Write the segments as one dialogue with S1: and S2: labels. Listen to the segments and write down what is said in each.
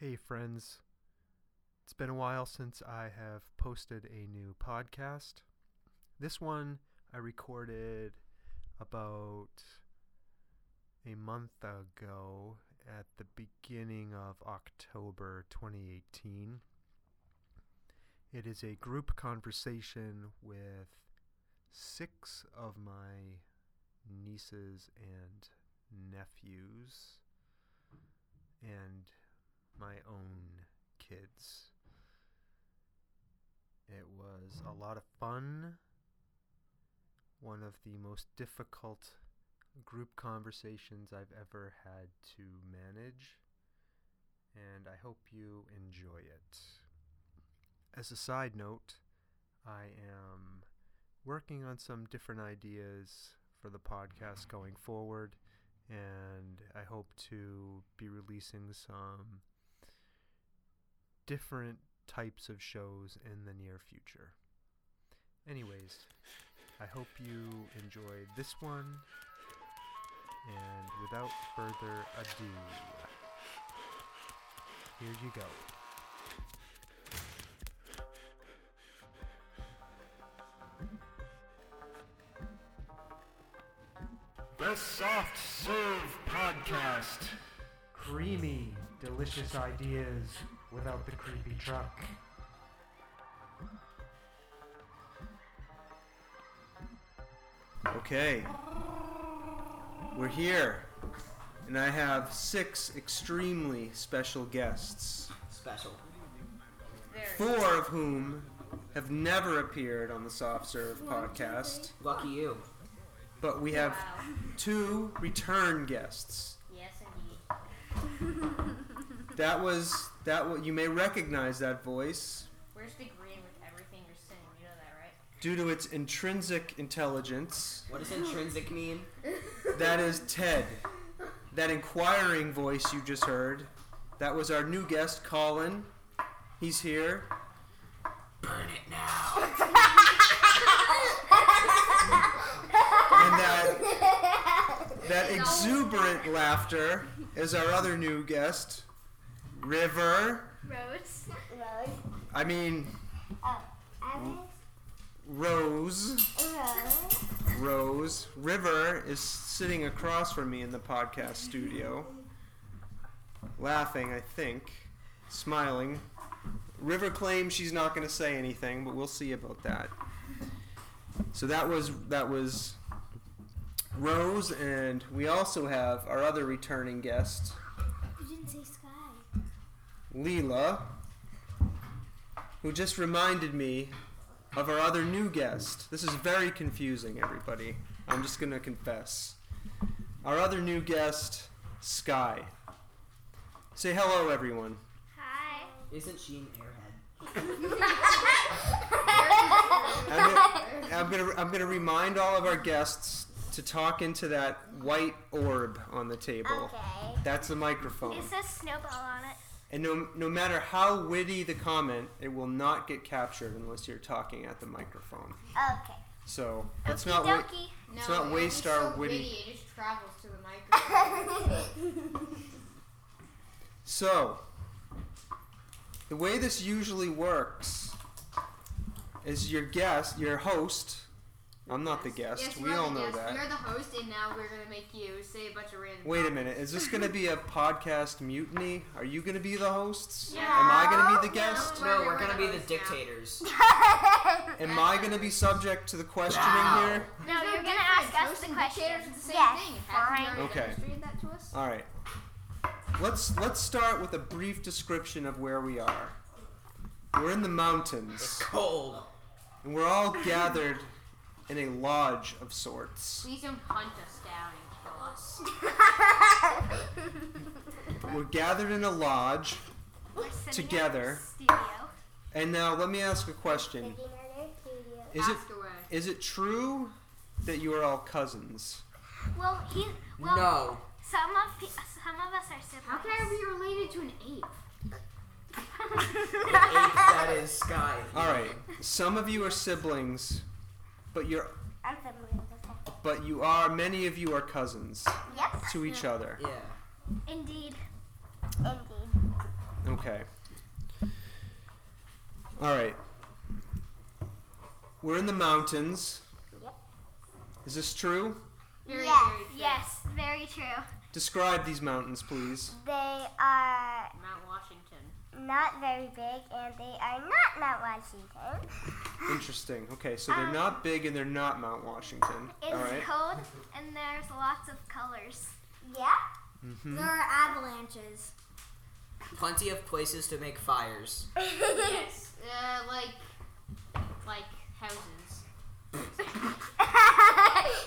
S1: Hey, friends. It's been a while since I have posted a new podcast. This one I recorded about a month ago at the beginning of October 2018. It is a group conversation with six of my nieces and nephews and my own kids. It was a lot of fun. One of the most difficult group conversations I've ever had to manage. And I hope you enjoy it. As a side note, I am working on some different ideas for the podcast going forward. And I hope to be releasing some different types of shows in the near future. Anyways, I hope you enjoyed this one. And without further ado, here you go.
S2: The Soft Serve Podcast.
S1: Creamy, delicious ideas without the creepy truck.
S3: Okay. We're here. And I have six extremely special guests,
S4: special.
S3: four of whom have never appeared on the Soft Serve podcast,
S4: Lucky you.
S3: but we have two return guests.
S5: Yes, indeed.
S3: That was that wa you may recognize that voice
S5: Where's the green with everything you're saying? You know that, right?
S3: due to its intrinsic intelligence.
S4: What does intrinsic mean?
S3: That is Ted. That inquiring voice you just heard. That was our new guest Colin. He's here.
S4: Burn it now.
S3: And that, that exuberant laughter is our other new guest, River.
S5: Rose.
S3: I mean, Rose. Rose. River is sitting across from me in the podcast studio, laughing, I think, smiling. River claims she's not going to say anything, but we'll see about that. So that was that was Rose, and we also have our other returning guest,
S6: You didn't say sky.
S3: Leela, who just reminded me of our other new guest. This is very confusing, everybody. I'm just going to confess. Our other new guest, Sky. Say hello, everyone.
S5: Hi.
S4: Isn't she an airhead?
S3: I'm gonna, I'm gonna I'm gonna remind all of our guests to talk into that white orb on the table.
S6: Okay.
S3: That's the microphone.
S6: It says snowball on it.
S3: And no, no matter how witty the comment, it will not get captured unless you're talking at the microphone.
S6: Okay.
S3: So let's
S6: Okie
S3: not wa-
S6: dokie.
S3: let's not waste our witty.
S5: It just travels to the microphone.
S3: So the way this usually works is your guest, your host. I'm not the guest.
S7: Yes,
S3: we
S7: you're
S3: all
S7: the
S3: know
S7: guest.
S3: that.
S7: You're the host, and now we're gonna make you say a bunch of random.
S3: Wait a minute. Is this going to be a podcast mutiny? Are you going to be the hosts?
S7: No.
S3: Am I going to be the guest?
S7: We're-
S4: No, we're
S7: we're
S4: gonna be
S7: the
S4: the
S7: host now.
S4: dictators.
S3: Am I going to be subject to the questioning
S4: Wow.
S3: here?
S6: No,
S7: no
S6: you're gonna
S7: difference.
S6: ask us
S7: Hosts
S6: the
S7: and
S6: question.
S7: dictators are the same
S6: yes.
S7: thing.
S6: Fine.
S7: Haven't you already
S3: Okay.
S7: demonstrated that to us?
S3: All right. Let's let's start with a brief description of where we are. We're in the mountains,
S4: Cold.
S3: and we're all gathered in a lodge of sorts.
S7: Please don't hunt us down and kill us.
S3: We're gathered in a lodge,
S6: We're sitting in
S3: Together.
S6: the Studio.
S3: and now let me ask a question: Is it
S7: Passed away.
S3: is it true that you are all cousins?
S6: Well, he. Well,
S4: no.
S6: Some of pe- some of us are siblings.
S7: How can I be related to an ape?
S4: Ape, that is sky.
S3: All right. Some of you are siblings, but you're
S6: I'm family of the whole.
S3: but you are many of you are cousins
S6: Yep.
S3: to each other.
S4: Yeah.
S6: Indeed. Indeed.
S3: Okay. All right. We're in the mountains.
S6: Yep.
S3: Is this true?
S7: Very,
S6: yes,
S7: very true.
S6: yes, very true.
S3: Describe these mountains, please.
S6: They are
S7: Mount Washington.
S6: not very big, and they are not Mount Washington.
S3: Interesting. Okay, so
S6: Um,
S3: they're not big and they're not Mount Washington.
S6: It's
S3: All right.
S6: cold, and there's lots of colors.
S5: Yeah.
S7: Mm-hmm.
S3: Mhm.
S5: There are avalanches.
S4: Plenty of places to make fires.
S7: yes. Uh, like, like houses.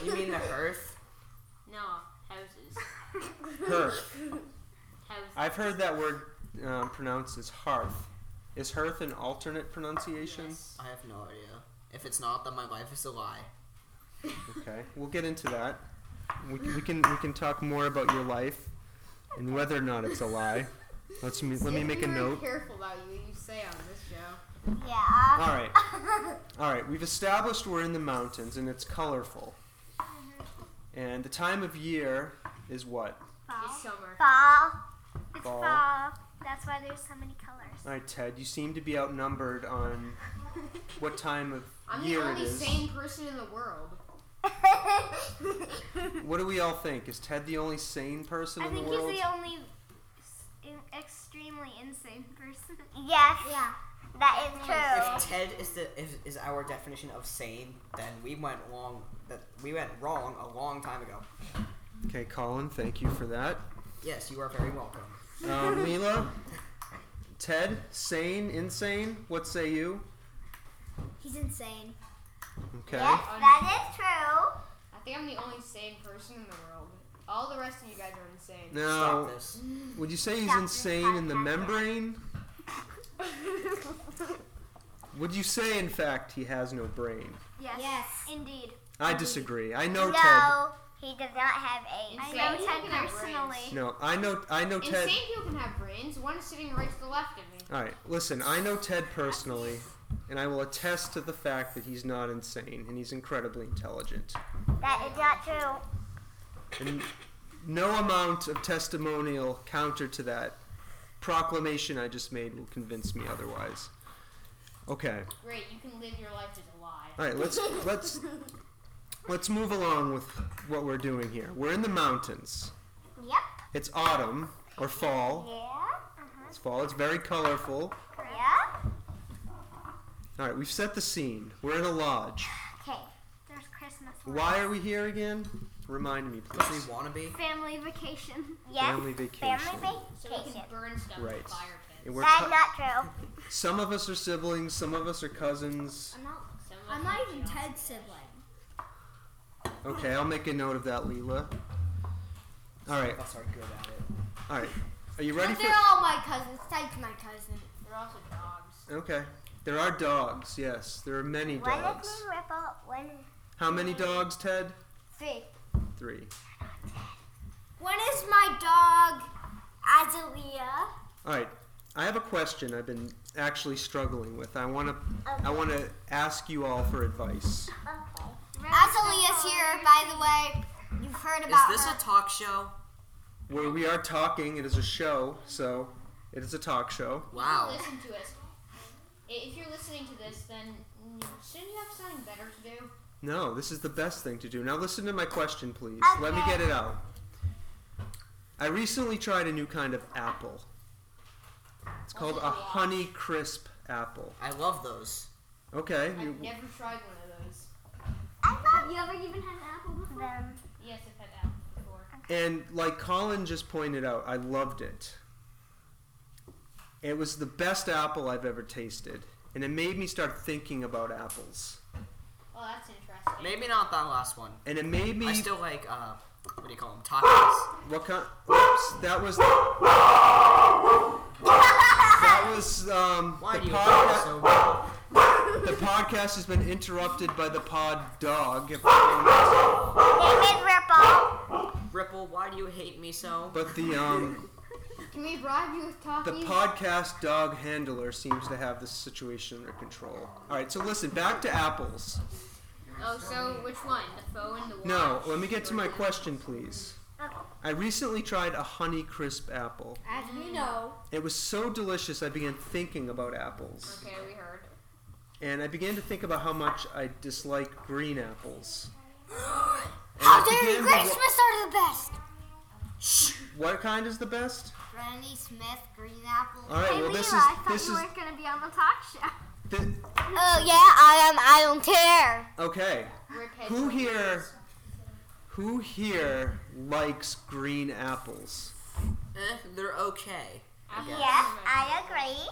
S4: You mean the hearth?
S7: No, houses.
S3: Hearth.
S7: Houses.
S3: I've heard that word uh, pronounced as hearth. Is hearth an alternate pronunciation?
S7: Yes.
S4: I have no idea. If it's not, then my life is a lie.
S3: Okay, we'll get into that. We, we can we can talk more about your life and whether or not it's a lie. Let's me, let me
S7: If
S3: make
S7: we
S3: a
S7: were
S3: note.
S7: careful about you, you say on this show.
S6: Yeah.
S3: All right, all right. We've established we're in the mountains and it's colorful. And the time of year is what?
S7: It's summer.
S6: Fall. It's
S3: Fall.
S6: fall. That's why there's so many colors.
S3: All right, Ted. You seem to be outnumbered on what time of
S7: I'm
S3: year
S7: the only
S3: it is.
S7: sane person in the world.
S3: What do we all think? Is Ted the only sane person
S6: I
S3: in the
S6: think he's
S3: world?
S6: the only s- in- extremely insane person.
S5: Yes. Yeah.
S6: That is
S4: If Ted is the is, is our definition of sane, then we went long that we went wrong a long time ago.
S3: okay, Colin. Thank you for that.
S4: Yes, you are very welcome.
S3: Um, Mila, Ted, sane, insane. What say you?
S5: He's insane.
S3: Okay.
S5: That is true.
S7: I think I'm the only sane person in the world. All the rest of you guys are insane.
S3: Now,
S4: Stop this.
S3: would you say he's
S6: Stop
S3: insane in the
S6: this podcast.
S3: membrane? would you say, in fact, he has no brain?
S6: Yes.
S5: Yes.
S6: Indeed.
S3: I disagree. I know
S5: No, he does not have AIDS.
S6: I
S7: Insane
S6: know
S7: people
S6: Ted
S7: can have
S6: personally.
S3: Ted. No, I know. I know Ted.
S7: Insane people can have brains. One is sitting right to the left of me.
S3: All right, listen. I know Ted personally, and I will attest to the fact that he's not insane, and he's incredibly intelligent.
S5: That is not true.
S3: And no amount of testimonial counter to that proclamation I just made will convince me otherwise. Okay.
S7: Great, you can live your life as a lie.
S3: All right, let's let's let's move along with what we're doing here. We're in the mountains.
S6: Yep.
S3: It's autumn or fall.
S5: Yeah.
S3: It's fall. It's very colorful.
S5: Uh-huh. Yeah.
S3: All right, we've set the scene. We're in a lodge.
S5: Okay.
S6: There's Christmas.
S3: Why are we here again? Remind me,
S4: Does he
S3: please.
S4: wanna be?
S6: Family vacation.
S5: Yes.
S3: Family vacation.
S5: Family
S7: So we
S5: vacation.
S7: can burn stuff in
S3: Right.
S7: the fire pits.
S3: And we're
S5: That is
S3: co-
S5: not true.
S3: some of us are siblings, some of us are cousins.
S7: I'm not, some of
S5: I'm
S7: us
S5: not
S7: are
S5: even
S7: jealous.
S5: Ted's sibling.
S3: Okay, I'll make a note of that, Leela. All right,
S4: Some of us are good at it.
S3: all right. Are you ready
S5: But
S3: for?
S5: they're all my cousins. Ted's my cousin.
S7: They're also dogs.
S3: Okay. There are dogs. Yes, there are many
S5: One is
S3: dogs.
S5: Green Ripple, one is
S3: How many dogs, Ted?
S5: three.
S3: Three.
S5: One is my dog, Azalea.
S3: All right. I have a question I've been actually struggling with. I want to I want to ask you all for advice.
S5: Azalea's here, by the way. You've heard
S4: Is
S5: about
S4: this
S5: her.
S4: a talk show?
S3: Where we are talking, it is a show, so it is a talk show.
S4: Wow.
S7: Listen to us. I- If you're listening to this, then mm, shouldn't you have something better to do?
S3: No, this is the best thing to do. Now listen to my question, please. Let me get it out. I recently tried a new kind of apple. It's called a honey crisp apple.
S4: I love those.
S3: Okay. you-
S7: I've never tried one of those.
S6: Have you ever even had an apple before?
S7: Yes, I've had apples before.
S3: And like Colin just pointed out, I loved it. It was the best apple I've ever tasted, and it made me start thinking about apples.
S7: Well, Oh, that's interesting.
S4: Maybe not that last one.
S3: And it made me
S4: I still like uh what do you call them? Tacos.
S3: what kind? Oops, that was that was um,
S4: Why
S3: the,
S4: do you
S3: podca-
S4: so well?
S3: the podcast has been interrupted by the pod dog. if I don't-
S5: David Ripple.
S4: Ripple, why do you hate me so?
S3: But the um,
S7: Can we bribe you with
S3: the
S7: talking?
S3: podcast dog handler seems to have this situation under control. All right, so listen back to apples.
S7: oh, so which one? The foe and the watch?
S3: No, let me get to my
S7: Or-
S3: question, please. I recently tried a Honey Crisp apple.
S7: As we know.
S3: It was so delicious, I began thinking about apples.
S7: Okay, we heard.
S3: And I began to think about how much I dislike green apples. And
S5: How
S3: I
S5: dare you?
S3: began to
S5: Granny
S3: wo-
S5: Smiths are the best.
S3: What kind is the best?
S5: Granny Smith, green apple.
S3: All right,
S6: Hey,
S3: well,
S6: Leela,
S3: this is.
S6: I thought
S3: This
S6: you
S3: is.
S6: weren't going to be on the talk show.
S3: Thi-
S5: Oh yeah, I am. I don't care.
S3: okay.
S7: Rip head
S3: Who
S7: for you.
S3: here. Who here likes green apples?
S4: Eh, they're okay.
S7: Apple
S6: Yes,
S7: cinnamon.
S6: I agree.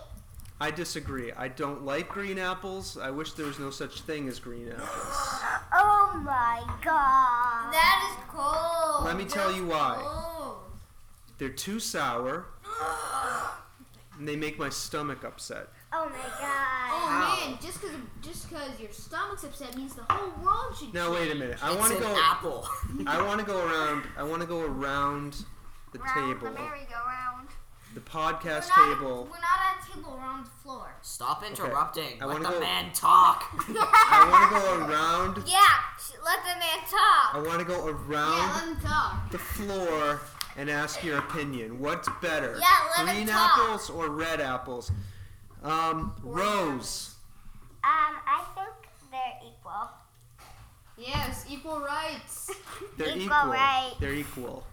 S3: I disagree. I don't like green apples. I wish there was no such thing as green apples.
S6: Oh my god.
S5: That is cold.
S3: Let me tell you why.
S5: Oh.
S3: They're too sour. And they make my stomach upset.
S6: Oh my god.
S7: Oh man, just cause just cause your stomach's upset means the whole world should.
S3: Now wait a minute. I
S4: It's
S3: want
S4: an
S3: to go.
S4: apple.
S3: I want to go around. I want to go around the
S6: Round the
S3: table,
S6: merry-go-round.
S3: the podcast
S5: We're not-
S3: table.
S5: We're not at a table. We're on the floor.
S4: Stop interrupting.
S3: I
S4: Let
S3: wanna
S4: the
S3: go-
S4: man talk.
S3: I want to go around.
S5: Yeah, sh- let the
S3: I
S5: man talk.
S3: want to go
S7: Yeah,
S3: around
S7: let him talk.
S3: the floor and ask your opinion. What's better,
S5: Yeah, let him
S3: green
S5: talk.
S3: apples or red apples? Um, Rose.
S6: Um, I think they're equal.
S7: Yes, equal rights.
S3: They're
S6: Equal
S3: equal.
S6: rights.
S3: They're equal.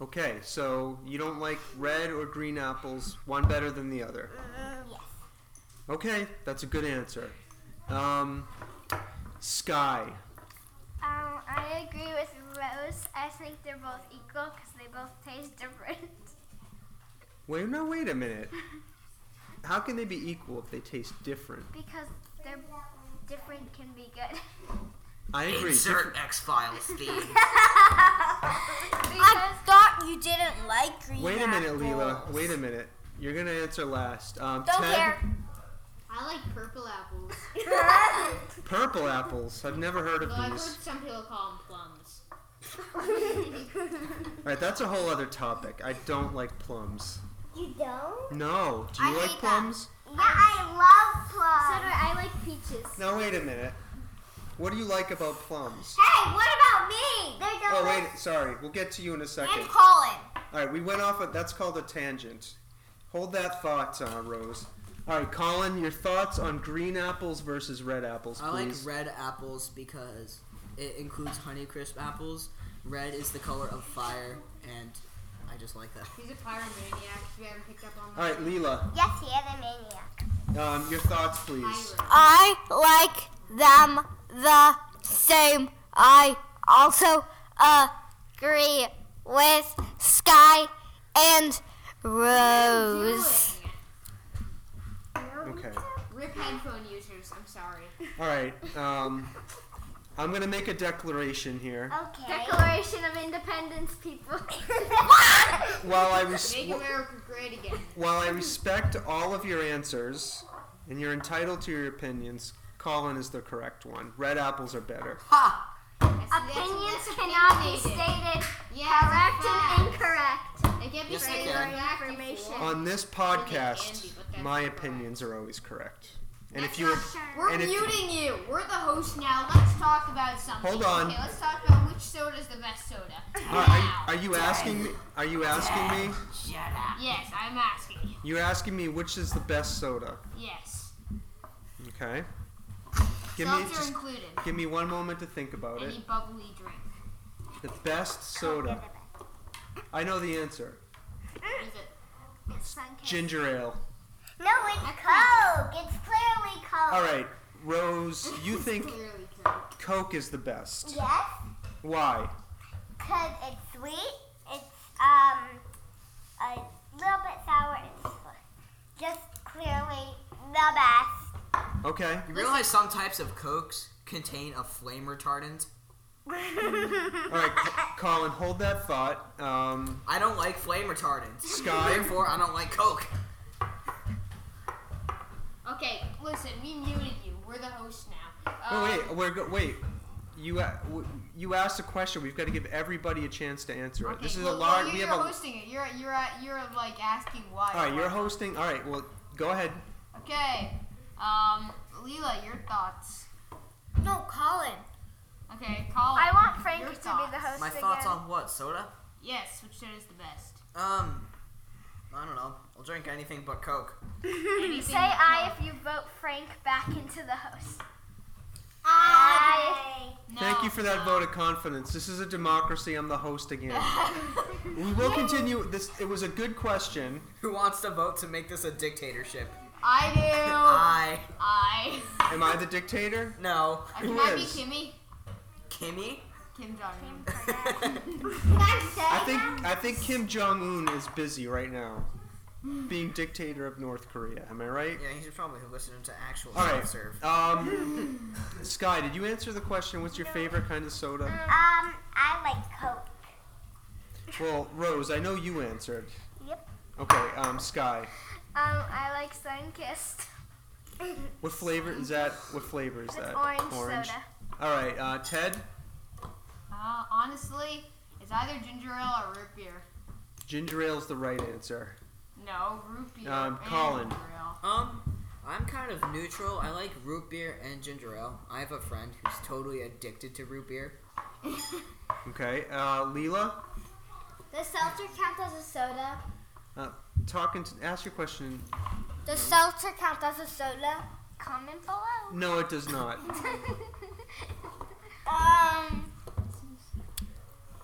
S3: Okay, so you don't like red or green apples, one better than the other.
S5: Uh,
S6: Mm, yes.
S3: Okay, that's a good answer. Um, Sky.
S6: Um, I agree with Rose. I think they're both equal because they both taste different.
S3: Wait, no, wait a minute. How can they be equal if they taste different?
S6: Because they're different can be good.
S3: I agree.
S4: Insert X Files theme.
S5: I thought you didn't like green
S3: Wait a minute, Leela.
S5: apples.
S3: Wait a minute. You're gonna answer last. Um,
S5: Don't
S3: Ted,
S5: care.
S7: I like purple apples.
S3: purple apples. I've never heard of
S7: Though I've heard
S3: these.
S7: some people call them plums.
S3: All right, that's a whole other topic. I don't like plums.
S6: You don't?
S3: No. Do you
S5: I
S3: like
S5: hate them.
S3: plums?
S6: Yeah, I love plums.
S7: do I like peaches.
S3: Now wait a minute. What do you like about plums?
S5: Hey, what about me?
S6: They're
S3: Oh
S6: delicious.
S3: wait, sorry. We'll get to you in a second.
S5: And Colin.
S3: All right, we went off. Of, that's called a tangent. Hold that thought, uh, Rose. All right, Colin, your thoughts on green apples versus red apples,
S4: I like
S3: please.
S4: red apples because it includes Honeycrisp apples. Red is the color of fire, and I just like that.
S7: He's a pyromaniac. If you haven't picked up on
S3: All right, Leela,
S6: Yes, he is a maniac.
S3: um, your thoughts, please.
S7: Pyro.
S5: I like them the same. I also agree with Sky and Rose.
S7: Doing.
S3: Okay.
S7: Rip headphone users. I'm sorry.
S3: All right. Um, I'm gonna make a declaration here.
S6: Okay.
S7: Declaration of Independence, people.
S3: While I res-
S7: Make America great again.
S3: while I respect all of your answers, and you're entitled to your opinions, Colin is the correct one. Red apples are better.
S4: Ha!
S7: That's- that's-
S6: Opinions
S7: that's
S6: cannot be
S7: opinionated.
S6: stated
S7: Yeah,
S6: correct
S7: correct
S6: and incorrect.
S7: It can't be
S4: Yes, it
S7: stated
S4: can.
S7: correct
S6: Information.
S7: before.
S3: On this
S7: Andy,
S3: podcast,
S7: but that's
S3: my
S7: correct.
S3: opinions are always correct. And if
S7: That's
S3: you
S7: not
S3: were-
S7: We're
S3: and if-
S7: muting you. We're the host now. Let's talk about something.
S3: Hold on. Uh,
S7: Okay, let's talk about which soda is the best soda.
S3: are,
S7: now.
S3: are, are you asking me? Are you asking me?
S7: yes, I'm asking.
S3: You're asking me which is the best soda?
S7: Yes.
S3: Okay. Give me
S7: Seltzer
S3: just
S7: included.
S3: give me one moment to think about it.
S7: Any bubbly drink.
S3: The best soda. I know the answer.
S7: What is it?
S6: It's sun kiss.
S3: Ginger ale.
S6: No, it's Coke. It's clearly Coke.
S3: All right, Rose, you
S7: It's
S3: think
S7: Clearly drunk.
S3: Coke is the best?
S6: Yes,
S3: Why?
S6: because it's sweet. It's um a little bit sour. It's just clearly the best.
S3: Okay.
S4: You realize some types of cokes contain a flame retardant?
S3: All right, Co- Colin, hold that thought. Um,
S4: I don't like flame retardants.
S3: Sky.
S4: Therefore, I don't like coke.
S7: Okay, listen, we muted you. We're the host now.
S3: Oh
S7: Um,
S3: wait, we're go- wait. You a- w- you asked a question. We've got to give everybody a chance to answer it.
S7: Okay,
S3: this is
S7: well,
S3: a
S7: well,
S3: large.
S7: You're,
S3: we have
S7: you're
S3: a.
S7: hosting it. You're you're at- you're like asking why.
S3: all right, you're hosting. All right, well, go ahead.
S7: Okay. Um, Leela, your thoughts.
S5: No, Colin.
S7: Okay, Colin.
S6: I want Frank
S7: your
S6: to be
S7: thoughts.
S6: the host
S4: My
S6: again.
S4: thoughts on what? Soda?
S7: Yes, which soda is the best?
S4: Um, I don't know. I'll drink anything but Coke.
S7: Anything
S8: Say
S7: but
S8: I if you vote Frank back into the host.
S6: I.
S7: No,
S3: Thank you for that
S7: no.
S3: vote of confidence. This is a democracy. I'm the host again. we will continue. This it was a good question.
S4: Who wants to vote to make this a dictatorship?
S7: I do.
S4: I.
S7: I.
S3: Am I the dictator?
S4: No.
S7: Can
S3: Who
S7: I be
S3: is?
S7: Kimmy?
S4: Kimmy?
S7: Kim Jong Un.
S6: Can I say
S3: I think
S6: that?
S3: I think Kim Jong Un is busy right now, being dictator of North Korea. Am I right?
S4: yeah, he should probably listen to actual
S3: All right.
S4: self-serve.
S3: Um, Sky, did you answer the question? What's your favorite kind of soda?
S6: Um, I like Coke.
S3: Well, Rose, I know you answered.
S6: Yep.
S3: Okay, um, Sky,
S8: Um, I like Sunkist.
S3: what flavor is that? What flavor is
S8: It's
S3: that?
S8: orange, soda.
S3: All right, uh, Ted,
S7: Uh, honestly, it's either ginger ale or root beer.
S3: ginger ale's the right answer.
S7: No, root beer.
S3: Um,
S7: and
S3: Colin.
S7: Ginger ale.
S4: Um, I'm kind of neutral. I like root beer and ginger ale. I have a friend who's totally addicted to root beer.
S3: Okay, uh, Leela,
S5: The seltzer count as a soda.
S3: uh, talking to ask your question.
S5: The seltzer count as a soda.
S8: Comment below.
S3: No, it does not.
S5: Um,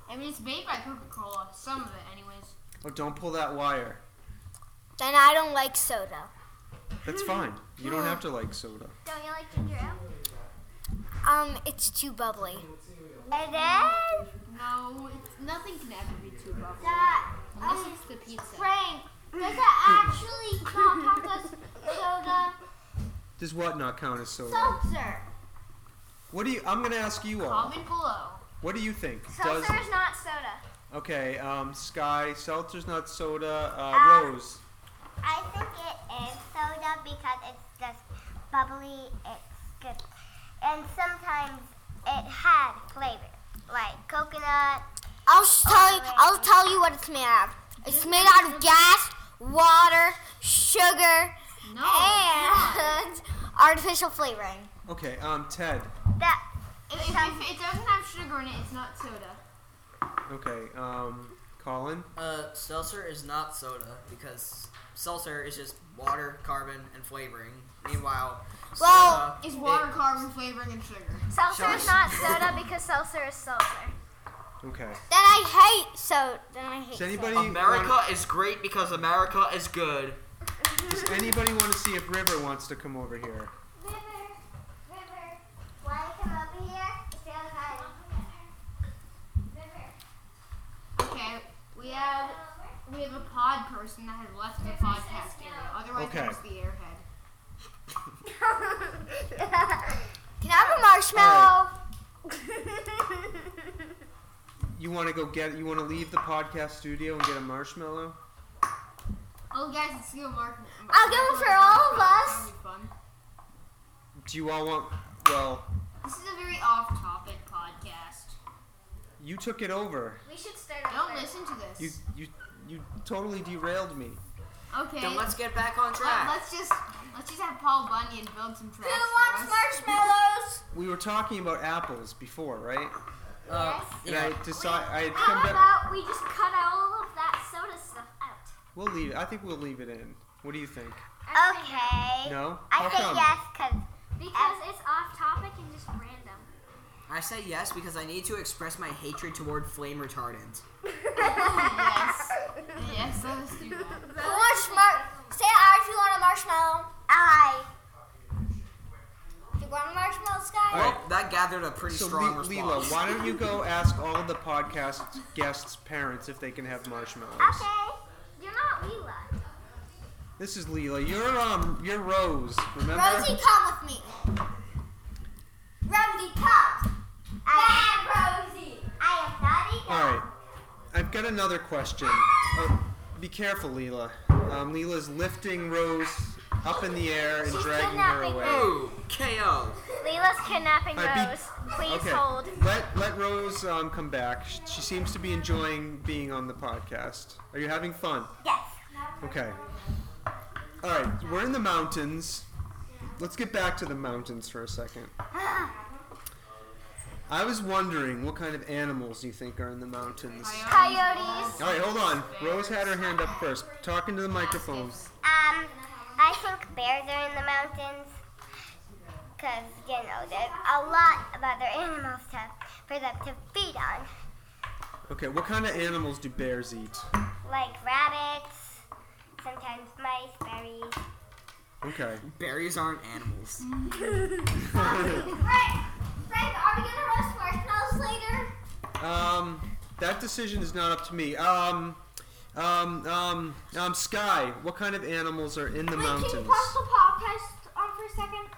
S7: I mean, it's made by Coca Cola. Some of it, anyways.
S3: Oh, don't pull that wire.
S5: then I don't like soda.
S3: That's fine. You don't have to like soda.
S8: Don't you like ginger ale?
S5: Um, it's too bubbly.
S6: And then
S7: No, it's, nothing can ever be too bubbly.
S6: that
S7: Unless it's the pizza.
S6: Frank. Does it actually not count as soda?
S3: Does what not count as soda?
S6: Seltzer.
S3: What do you? I'm gonna ask you all.
S7: Comment below.
S3: What do you think? Does
S8: Seltzer is not soda.
S3: okay? Um, Sky, seltzer's not soda. Uh,
S6: Ah.
S3: Rose,
S6: I think it is soda because it's just bubbly. It's good, and sometimes it had flavor like coconut.
S5: I'll s- tell you. I'll tell you what it's made out of. It's made out of gas, water, sugar,
S7: No.
S5: and artificial flavoring.
S3: okay. Um, Ted,
S6: That
S7: If, if, if it doesn't have sugar in it, it's not soda.
S3: okay. Um, Colin,
S4: Uh, seltzer is not soda because seltzer is just water, carbon, and flavoring. Meanwhile,
S5: Well,
S4: soda
S7: It's water,
S4: it-
S7: carbon, flavoring, and sugar.
S8: Seltzer
S4: Shush.
S8: is not soda because seltzer is seltzer.
S3: okay.
S5: Then I hate soda. Then I hate.
S3: Does anybody
S4: America is great because America is good.
S3: Want, does anybody want to see if River wants to come over here?
S6: river, river. Why come over here? It feels like river.
S7: Okay, we have we have a pod person that has left the podcast area. Otherwise,
S3: Okay.
S7: it was the airhead.
S5: Can I have a marshmallow?
S3: You want to go get? You want to leave the podcast studio and get a marshmallow?
S7: Oh, guys, it's Steel Mark.
S5: I'll give it for all of us.
S7: That'll be fun.
S3: Do you all want? Well,
S7: This is a very off-topic podcast.
S3: you took it over.
S8: We should start
S7: Don't listen to this.
S3: You you you totally derailed me.
S7: okay.
S4: Then let's get back on
S7: let,
S4: track.
S7: us just let's just have Paul Bunyan build some tracks. for us.
S5: marshmallows?
S3: We were talking about apples before, right?
S4: Uh,
S3: And I
S4: yeah.
S3: decide I had come
S8: How
S3: back.
S8: about we just cut all of that soda stuff out?
S3: We'll leave. it. I think we'll leave it in. What do you think?
S6: Okay.
S3: No.
S6: I
S3: How
S6: say
S3: come?
S6: yes because
S8: Because it's off topic and just random.
S4: I say yes because I need to express my hatred toward flame retardant.
S7: yes. Yes, let us do that.
S5: Say I if you want a marshmallow.
S6: I.
S5: Do you want a marshmallow, Sky?
S3: All right.
S4: Well, that gathered a pretty
S3: So,
S4: strong
S3: Le- Lila,
S4: response.
S3: why don't you go ask all of the podcast guests' parents if they can have marshmallows?
S6: Okay.
S8: You're not Leela.
S3: This is Leela. You're um, you're Rose. Remember?
S5: Rosie, come with me. Rosie, come.
S6: I am Rosie. I am not
S3: All right. I've got another question. Oh, be careful, Leela. Um, Leela's lifting Rose up in the air and dragging her
S8: kidnapping
S3: away.
S4: Oh, KO.
S8: Leela's kidnapping
S3: All right, be-
S8: Rose. Please
S3: okay.
S8: hold.
S3: Let let Rose um, come back. Sh- She seems to be enjoying being on the podcast. Are you having fun?
S6: Yes.
S3: Okay. All right, we're in the mountains. Let's get back to the mountains for a second. I was wondering what kind of animals you think are in the mountains.
S6: Coyotes.
S3: All right, hold on. Rose had her hand up first, talking to the microphone.
S6: Um, I think bears are in the mountains. Because, you know, there's a lot of other animals to, for them to feed on.
S3: Okay, what kind of animals do bears eat?
S6: Like rabbits, sometimes mice, berries.
S3: Okay.
S4: Berries aren't animals.
S8: Frank, Frank, are we gonna roast marshmallows later?
S3: Um, that decision is not up to me. Um, um, um, um, Sky, what kind of animals are in the
S8: Wait, can you
S3: mountains?
S8: pause the podcast on for a second?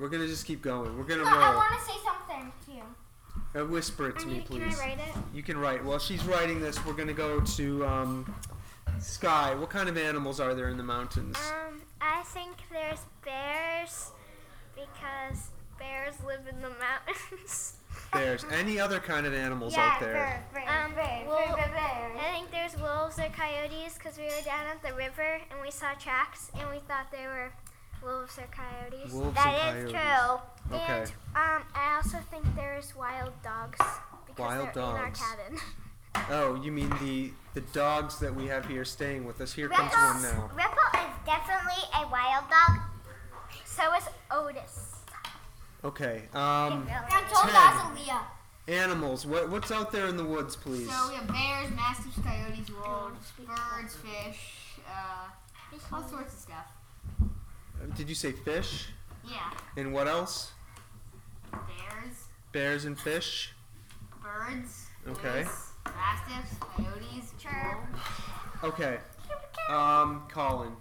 S3: We're gonna just keep going. We're gonna
S8: No, I
S3: roll.
S8: want to say something to you.
S3: Uh, whisper it to me, please.
S8: write it?
S3: You can write. While she's writing this, we're gonna go to um, Sky. What kind of animals are there in the mountains?
S8: Um, I think there's bears because bears live in the mountains.
S3: Bears. Any other kind of animals out there?
S8: Um, well, I think there's wolves or coyotes because we were down at the river and we saw tracks and we thought they were wolves or coyotes.
S3: Wolves
S6: That
S3: and coyotes.
S6: is true.
S3: Okay.
S8: And um, I also think there's wild dogs because
S3: Wild
S8: they're in our
S3: dogs.
S8: cabin.
S3: Oh, you mean the the dogs that we have here staying with us? Here comes one
S6: Ripples,
S3: now.
S6: Ripple is definitely a wild dog.
S8: So is Otis.
S3: Okay. Um,
S5: Until
S3: Ten.
S5: Leah.
S3: animals. What what's out there in the woods, please?
S7: So we have bears, mastiffs, coyotes, wolves, birds, fish, uh, all sorts of stuff.
S3: Uh, Did you say fish?
S7: Yeah,
S3: And what else?
S7: bears,
S3: Bears and fish.
S7: birds,
S3: Okay.
S7: wolves, mastiffs, coyotes, wolves.
S3: Okay. Um, Colin.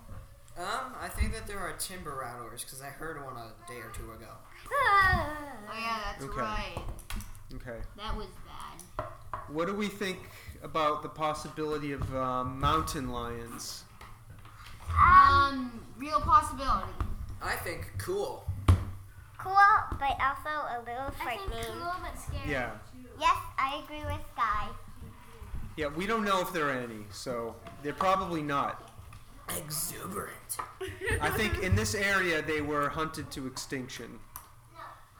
S4: Um, I think that there are timber rattlers because I heard one a day or two ago.
S7: Oh yeah, that's
S3: Okay.
S7: right.
S3: Okay.
S7: That was bad.
S3: What do we think about the possibility of um, mountain lions?
S7: Um, real possibility.
S4: I think cool.
S6: Cool, but also a little
S8: I think
S6: frightening.
S8: cool but scary.
S3: Yeah.
S6: Yes, I agree with Sky.
S3: Yeah, we don't know if there are any, so they're probably not.
S4: Exuberant.
S3: I think in this area they were hunted to extinction.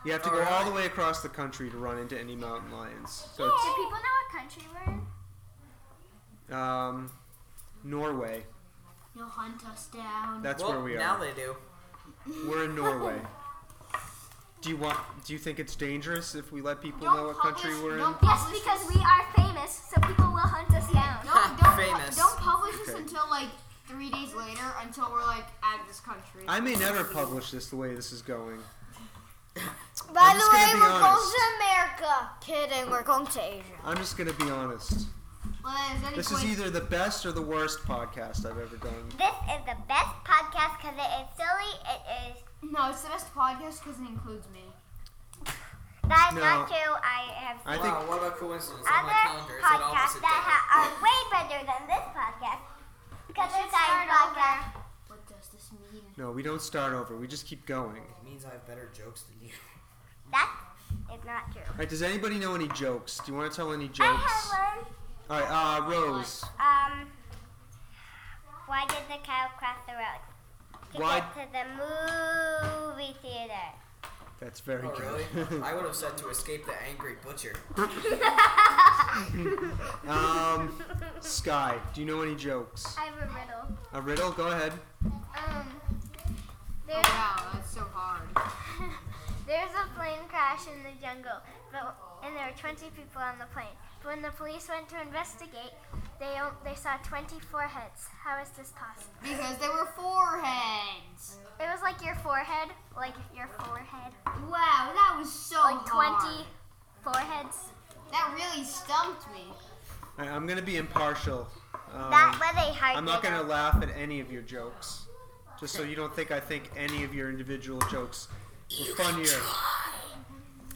S3: You have to go all the way across the country to run into any mountain lions. So
S8: Do
S3: it's
S8: people know what country we're in?
S3: um, Norway.
S7: You'll hunt us down.
S3: That's
S4: well,
S3: where we
S4: now
S3: are.
S4: they do.
S3: We're in Norway. Do you want? Do you think it's dangerous if we let people know what country
S7: publish-
S3: we're in?
S7: don't
S8: Yes,
S7: publish
S8: because
S7: this-
S8: we are famous, so people will hunt us down.
S7: Don't, don't,
S4: Famous.
S7: don't publish this
S3: Okay.
S7: until like three days later until we're like out of this country.
S3: I may never publish this the way this is going.
S5: By
S3: I'm
S5: the
S3: just
S5: way,
S3: gonna be
S5: we're
S3: honest.
S5: going to America. Kidding, we're going to Asia.
S3: I'm just gonna be honest.
S7: well, that is any
S3: This is
S7: point-
S3: either the best or the worst podcast I've ever done.
S6: This is the best podcast because it is silly. It is.
S7: No, it's the best podcast because it includes me.
S6: That's
S3: No.
S6: not true. I have
S3: I think
S4: wow, what a coincidence on my calendar.
S6: other
S4: Is that
S6: podcasts
S4: opposite
S6: that
S4: day?
S6: ha- are way better than this podcast. Because
S8: should
S6: it's our
S8: start
S6: podcast.
S7: What does this mean?
S3: no, we don't start over. We just keep going.
S4: It means I have better jokes than you.
S6: That is not true.
S3: All right. Does anybody know any jokes? Do you want to tell any
S6: I
S3: jokes?
S6: have one.
S3: All right. Uh, Rose.
S6: Um, why did the cow cross the road? To
S3: Why-
S6: get to the movie theater.
S3: That's very
S4: Oh, really?
S3: good.
S4: I would have said to escape the angry butcher.
S3: um, Sky. Do you know any jokes?
S8: I have a riddle.
S3: A riddle. Go ahead.
S8: Um,
S7: Oh,
S8: there's,
S7: wow, that's so hard.
S8: there's a plane crash in the jungle, but, and there were 20 people on the plane. But when the police went to investigate, they o- they saw 24 heads. How is this possible?
S7: Because they were foreheads.
S8: It was like your forehead, like your forehead,
S7: Wow, that was so
S3: Oh,
S8: like 20
S7: hard.
S8: foreheads.
S7: That really stumped me.
S3: I, I'm gonna be impartial. Um,
S6: That was a hard
S3: I'm not
S6: riddle.
S3: gonna laugh at any of your jokes. Just so you don't think I think any of your individual jokes were funnier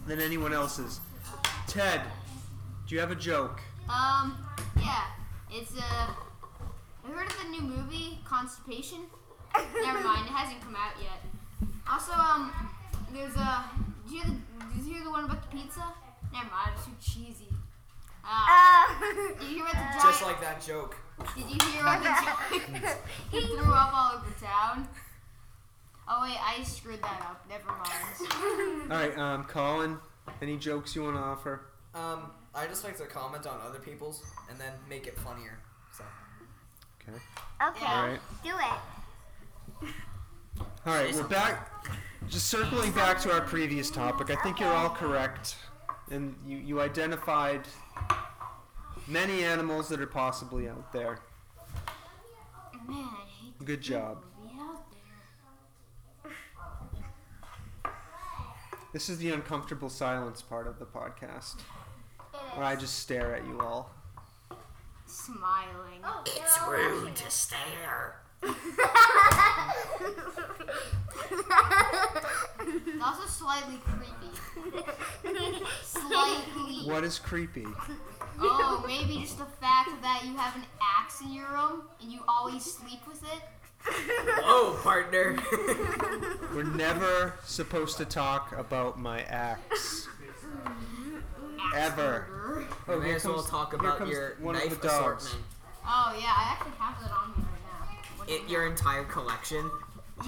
S3: than anyone else's. Ted, do you have a joke?
S7: Um, yeah, it's uh, I heard of the new movie Constipation. Never mind, it hasn't come out yet. Also, um, there's a. Did you hear the, did you hear the one about the pizza? Never mind, it's too cheesy. Uh, did you hear about the giant?
S4: Just like that joke.
S7: Did you hear about the giant? he threw up all over town. Oh wait, I screwed that up. Never mind.
S3: All right, um, Colin, Any jokes you want to offer?
S4: Um, I just like to comment on other people's and then make it funnier. So.
S3: Okay.
S6: Okay,
S3: All right.
S6: do it.
S3: All right, we're back. Just circling back to our previous topic, I think you're all correct, and you, you identified many animals that are possibly out there.
S7: Man, I hate
S3: Good job.
S7: to be out there.
S3: This is the uncomfortable silence part of the podcast, where I just stare at you all.
S7: Smiling.
S8: Oh,
S4: It's rude to stare.
S7: It's also slightly creepy. slightly.
S3: What is creepy?
S7: Oh, maybe just the fact that you have an axe in your room and you always sleep with it.
S4: Whoa, partner.
S3: We're never supposed to talk about my axe.
S7: Axe
S3: Ever.
S7: murderer.
S3: Oh,
S4: may
S3: here
S4: as well
S3: comes-
S4: talk
S3: here
S4: about
S3: comes
S4: your
S3: one of
S4: knife
S3: the dogs.
S4: assortment.
S7: Oh yeah, I actually have that on me right now. What do you
S4: It, your entire collection.
S7: know?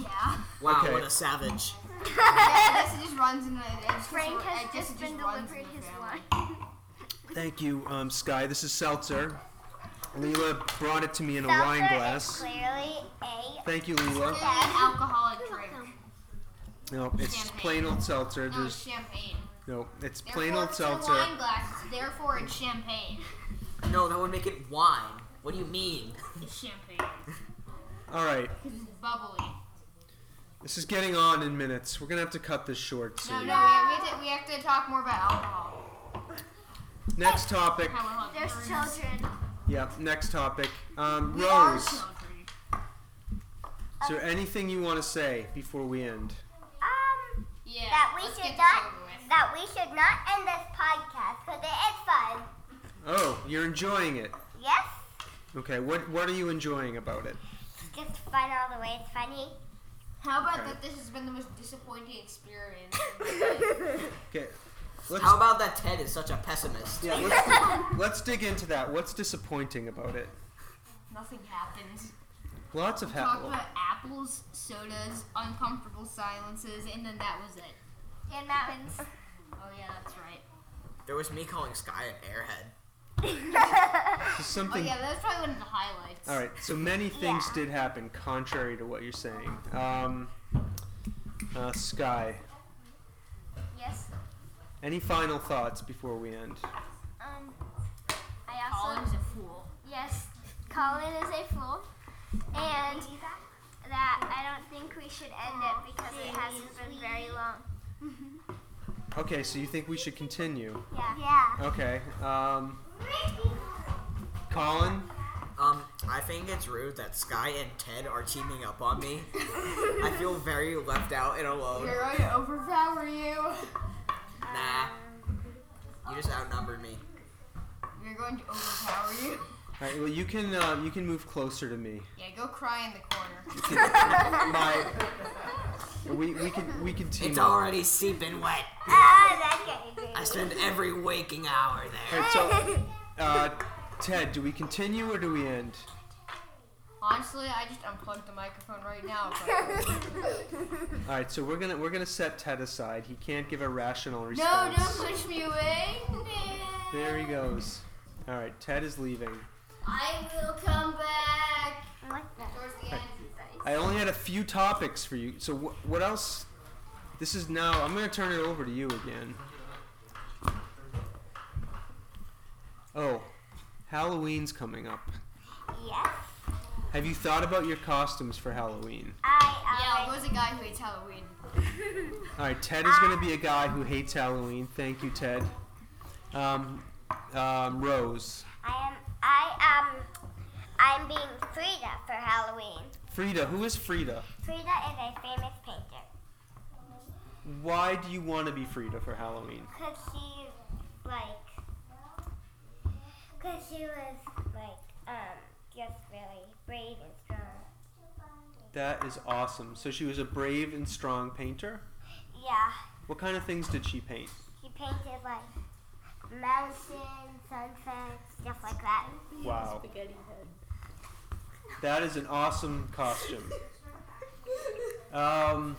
S7: yeah.
S4: Wow,
S3: Okay.
S4: what a savage.
S7: yeah, I guess it just runs in the. I guess
S8: Frank
S7: it,
S8: has
S7: I guess it
S8: just been
S7: runs in
S8: delivered
S7: the
S8: his
S7: family.
S8: lunch.
S3: Thank you, um, Sky. This is seltzer. Leela brought it to me in a
S6: Seltzer
S3: wine
S6: is
S3: glass.
S6: clearly a
S3: Thank you, Leela.
S7: It's an alcoholic drink.
S3: No, it's just plain old seltzer.
S7: No, it's
S3: There's
S7: champagne.
S3: no, it's
S7: Therefore,
S3: plain old
S7: it's in a
S3: seltzer.
S7: wine glass. Therefore, it's champagne.
S4: No, that would make it wine. What do you mean?
S7: It's champagne.
S3: All right,
S7: Cause it's bubbly.
S3: this is getting on in minutes. We're gonna have to cut this short
S7: No, no,
S3: soon.
S7: we have, we, have to, we have to talk more about alcohol.
S3: Next topic.
S7: How we're like
S8: There's
S7: nerds.
S8: children.
S3: Yep. Next topic. Um,
S7: We are
S3: Rose, is
S7: children.
S3: there anything you want to say before we end?
S6: um
S7: Yeah.
S6: that we
S7: let's
S6: should
S7: get
S6: not
S7: this over with.
S6: that we should not end this podcast because it is fun.
S3: Oh, you're enjoying it.
S6: Yes,
S3: Okay. What What are you enjoying about it?
S6: it's just fun all the way. It's funny.
S7: How about
S3: Okay.
S7: that? This has been the most disappointing experience.
S3: Okay. Let's
S7: Oh.
S4: How about that Ted is such a pessimist?
S3: yeah. Let's, let's dig into that. What's disappointing about it?
S7: Nothing happens.
S3: Lots of
S7: Talked
S3: happy.
S7: about apples, sodas, uncomfortable silences, and then that was it.
S8: And mountains.
S7: Oh yeah, that's right.
S4: There was me calling Sky an airhead.
S7: Oh
S3: Something.
S7: yeah, that was probably one of the highlights.
S3: All right, so many things
S6: Yeah.
S3: did happen contrary to what you're saying. Um, uh, Sky,
S8: Yes.
S3: any final thoughts before we end?
S8: Um, I also.
S7: Colin's a fool.
S8: Yes, Colin is a fool. And that I don't think we should end it because it hasn't been very long.
S3: Okay, so you think we should continue?
S8: Yeah.
S6: Yeah.
S3: Okay. Um, Colin,
S4: Um, I think it's rude that Sky and Ted are teaming up on me. I feel very left out and alone.
S7: You're going to overpower you.
S4: Nah. You just outnumbered me.
S7: You're going to overpower you.
S3: all right, well you can uh, you can move closer to me.
S7: Yeah, go cry in the corner.
S3: My, we we could we could team
S4: It's
S3: up.
S4: already seeping wet.
S6: Ah, that guy's great.
S4: I spend every waking hour there.
S3: All right, so, uh, Ted, do we continue or do we end?
S7: Honestly, I just unplugged the microphone right now. but-
S3: All right, so we're gonna we're gonna set Ted aside. He can't give a rational
S7: no,
S3: response.
S7: don't push me away.
S3: There he goes. All right, Ted is leaving.
S7: I will come back
S6: What the?
S7: towards the end.
S3: I only had a few topics for you. So wh- what else? This is now. I'm gonna turn it over to you again. Oh, Halloween's coming up.
S6: Yes,
S3: Have you thought about your costumes for Halloween?
S6: I
S8: um,
S7: Yeah,
S6: already.
S7: Lo's a guy who hates Halloween.
S3: All right, Ted is gonna be a guy who hates Halloween. Thank you, Ted. Um, um, Rose,
S6: I am. I am.
S8: um,
S6: I'm being Frida for Halloween.
S3: Frida. Who is Frida?
S6: Frida is a famous painter
S3: Why do you want to be Frida for Halloween?
S6: because she's like, because she was like, um, just really brave and strong.
S3: That is awesome. So she was a brave and strong painter.
S6: Yeah,
S3: What kind of things did she paint?
S6: she painted like mountains, sunsets, stuff like that.
S3: Wow. That is an awesome costume. Um,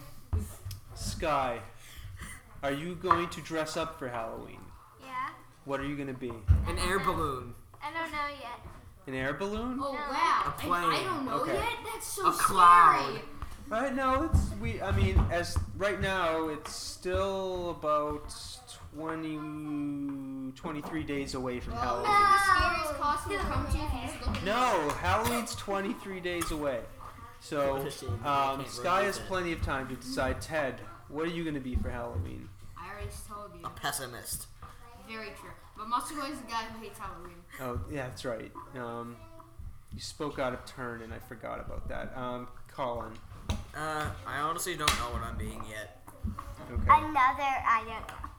S3: Sky, Are you going to dress up for Halloween?
S8: Yeah.
S3: What are you going to be?
S4: An air balloon.
S8: I don't know yet.
S3: An air balloon?
S7: Oh
S8: No.
S7: wow!
S4: A
S7: And I,
S4: plane.
S7: don't know
S3: Okay.
S7: yet. That's so
S4: A
S7: scary.
S4: cloud.
S3: Right now, it's we. I mean, as right now, it's still about 20, 23 days away from
S7: Well,
S3: Halloween.
S7: this is Oh, the scariest costume to come to if you just look at
S3: No, Halloween's 23 days away. So, um, Sky has plenty of time to decide. Ted, what are you going to be for Halloween?
S7: I already told you.
S4: A pessimist.
S7: Very true. But Monster Boy is the guy who hates Halloween.
S3: Oh, yeah, that's right. Um, you spoke out of turn, and I forgot about that. Um, Colin.
S4: Uh, I honestly don't know what I'm being yet.
S3: Okay.
S6: Another I don't know.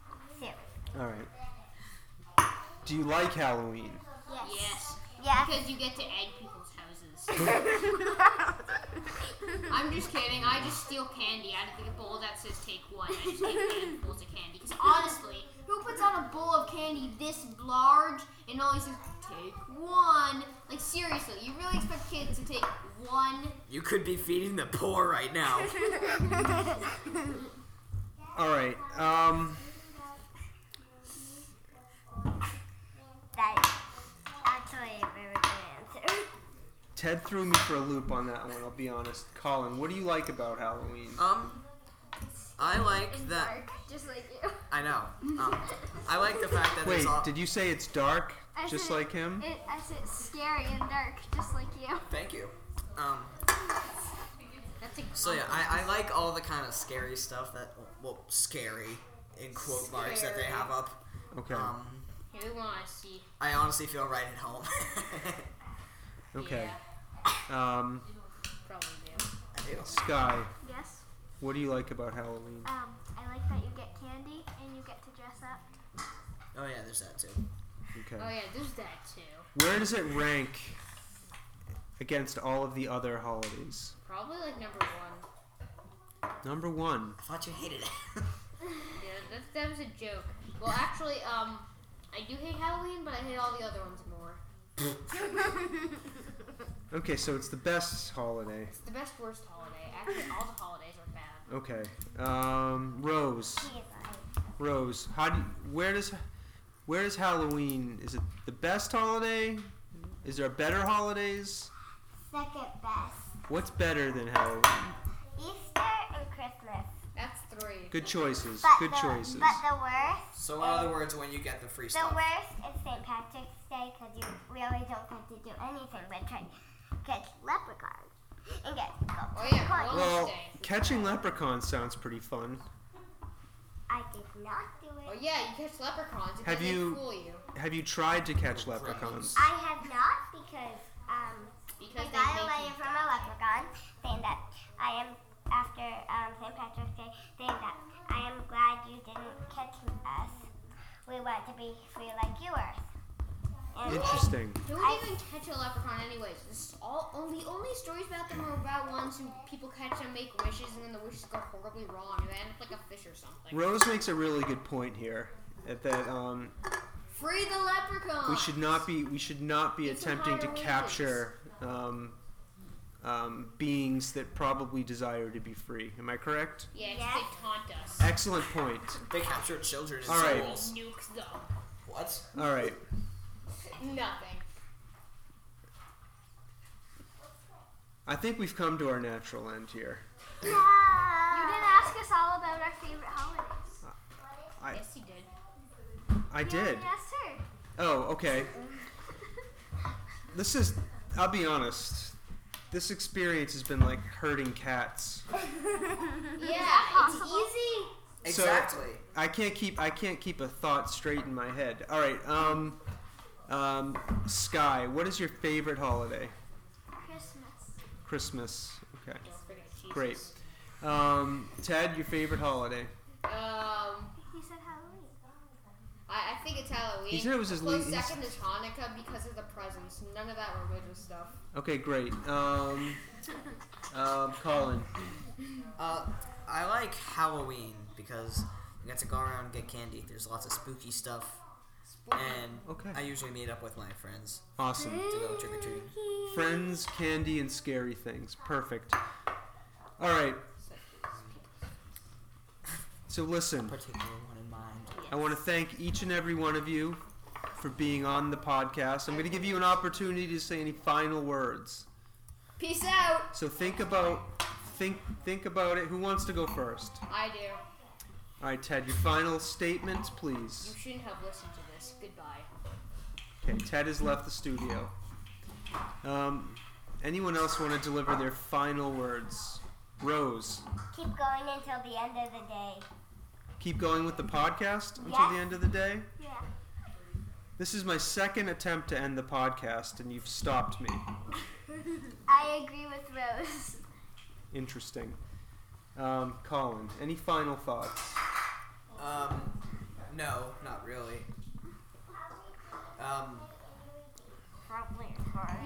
S6: Soup.
S3: All right. Do you like Halloween?
S6: Yes.
S7: Yes,
S6: Yes.
S7: because you get to egg people's houses. I'm just kidding. I just steal candy out of the bowl that says take one. I just take handfuls of candy. Because honestly, who puts out a bowl of candy this large and always says take one? Like seriously, you really expect kids to take one?
S4: You could be feeding the poor right now.
S3: All right. Um,
S6: That is actually a very good answer.
S3: Ted threw me for a loop on that one. I'll be honest. Colin, what do you like about Halloween?
S4: um, I like that.
S8: Dark, just like you.
S4: I know. Um, I like the fact that
S3: Wait,
S4: there's all.
S3: did you say it's dark,
S8: I
S3: just
S8: said-
S3: like him?
S8: It, I said scary and dark, just like you.
S4: Thank you. Um,
S7: That's a
S4: so yeah, I, I like all the kind of scary stuff that, well, scary in quote marks that they have up.
S3: Okay.
S4: Um,
S7: Here we want to see.
S4: I honestly feel right at home.
S3: Okay.
S7: Yeah,
S3: Um,
S7: probably do.
S4: I do.
S3: Sky,
S8: Yes.
S3: what do you like about Halloween?
S8: Um, I like that you get candy and you get to dress up.
S4: Oh yeah, there's that too.
S3: Okay.
S7: Oh yeah, there's that too.
S3: Where does it rank against all of the other holidays?
S7: Probably like number one.
S3: Number one.
S4: I thought you hated it.
S7: Yeah, that, that was a joke. Well, actually, um, I do hate Halloween, but I hate all the other ones more.
S3: Okay, so it's the best holiday.
S7: It's the best worst holiday. Actually, all the holidays are bad.
S3: Okay. Um, Rose. Rose, how do you, where does where does Halloween? Is it the best holiday? Is there better holidays?
S6: Second best.
S3: What's better than Halloween?
S6: Easter and Christmas.
S7: That's three.
S3: Good choices.
S6: But
S3: Good
S6: the,
S3: choices.
S6: But the worst,
S4: So in other words, when you get the free
S6: the
S4: stuff,
S6: worst is St. Patrick's Day because you really don't get to do anything but try to catch leprechauns and get to go
S7: Oh, yeah,
S6: trick-or-treating.
S7: well-
S3: Well,
S7: Thursday.
S3: catching leprechauns sounds pretty fun.
S6: I did not do it.
S7: Oh yeah, you catch leprechauns. and
S3: Have
S7: then
S3: you-
S7: They fool you
S3: Have you tried to catch leprechauns?
S6: I have not because um,
S7: because
S6: I
S7: they
S6: got a
S7: make
S6: letter
S7: you.
S6: from a leprechaun saying that I am after um, St. Patrick's Day saying that I am glad you didn't catch us. We want to be free like you are. And
S3: Interesting.
S7: Who
S6: I-
S7: would even catch a leprechaun anyways? This is all only only stories about them are about ones who people catch and make wishes, and then the wishes go horribly wrong, and they end up like a fish or something.
S3: Rose makes a really good point here. That- That um,
S7: Free the leprechaun.
S3: we should not be we should not be
S7: It's a
S3: attempting to
S7: higher
S3: capture um, um, beings that probably desire to be free. Am I correct?
S7: Yeah, it's
S6: Yeah.
S7: they taunt us.
S3: Excellent point.
S4: they capture children as
S3: All right.
S4: souls.
S7: Nuke them.
S4: What?
S3: All right.
S7: Nothing.
S3: I think we've come to our natural end here.
S8: You didn't ask us all about our favorite holidays.
S7: Yes, he did.
S3: I did.
S8: Yes, sir.
S3: Oh, okay. This is I'll be honest. This experience has been like herding cats.
S7: Yeah, it's easy.
S4: Exactly.
S3: I can't keep I can't keep a thought straight in my head. All right, um, um, Sky, what is your favorite holiday?
S8: Christmas.
S3: Christmas. Okay,
S7: Don't forget Jesus.
S3: great. Um, Ted, your favorite holiday?
S7: Um,
S8: He said Halloween.
S7: I, I think it's Halloween.
S3: He said it was his
S7: Close
S3: le- his-
S7: second is Hanukkah because of the presents. None of that religious stuff.
S3: Okay, great. Um, um, Colin.
S4: Uh, I like Halloween because you get to go around and get candy. There's lots of spooky stuff, and
S3: Okay.
S4: I usually meet up with my friends
S3: Awesome.
S4: to go trick or treating.
S3: Friends, candy, and scary things. Perfect. All right. So listen,
S4: particular one in mind.
S3: I want to thank each and every one of you for being on the podcast. I'm going to give you an opportunity to say any final words.
S7: Peace out.
S3: So think about think think about it. Who wants to go first?
S7: I do.
S3: All right, Ted, your final statements, please.
S7: You shouldn't have listened to this. Goodbye.
S3: Okay, Ted has left the studio. Um, anyone else want to deliver their final words? Rose,
S6: Keep going until the end of the day.
S3: keep going with the podcast until the
S6: Yes.
S3: end of the day.
S6: Yeah.
S3: This is my second attempt to end the podcast, and you've stopped me.
S8: I agree with Rose.
S3: Interesting. Um, Colin, any final thoughts?
S4: Um, no, not really. Um,
S6: Probably.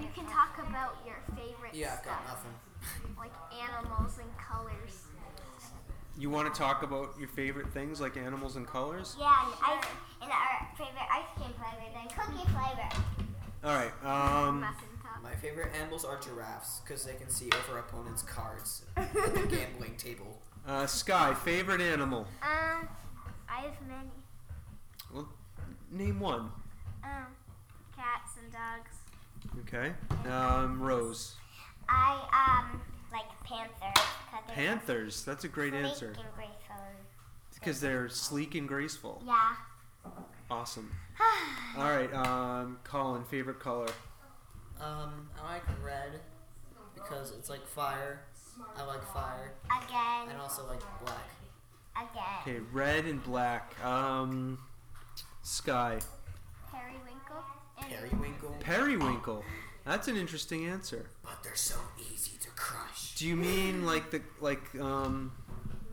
S8: You can talk about your favorite
S4: yeah, I've got
S8: stuff,
S4: nothing.
S8: like animals and colors.
S3: You want to talk about your favorite things like animals and colors?
S6: Yeah, and, ice, and our favorite ice cream flavor, then cookie flavor.
S3: All right. Um,
S8: Muffin top.
S4: My favorite animals are giraffes because they can see over opponents' cards at the gambling table.
S3: uh, Sky, favorite animal?
S8: Um, I have many.
S3: Well, name one.
S8: Um, cats and dogs.
S3: Okay. Um, Rose.
S6: I um like panthers because they're
S3: Panthers. That's a great
S6: sleek
S3: answer
S6: and graceful.
S3: because they're sleek and graceful.
S6: Yeah.
S3: Awesome. All right. Um, Colin, favorite color?
S4: Um, I like red because it's like fire. I like fire,
S6: Again.
S4: and also like black.
S6: Again.
S3: Okay, red and black. Um, Sky.
S8: Periwinkle. And
S4: Periwinkle,
S3: Periwinkle. That's an interesting answer.
S4: but they're so easy to crush.
S3: Do you mean like the like um,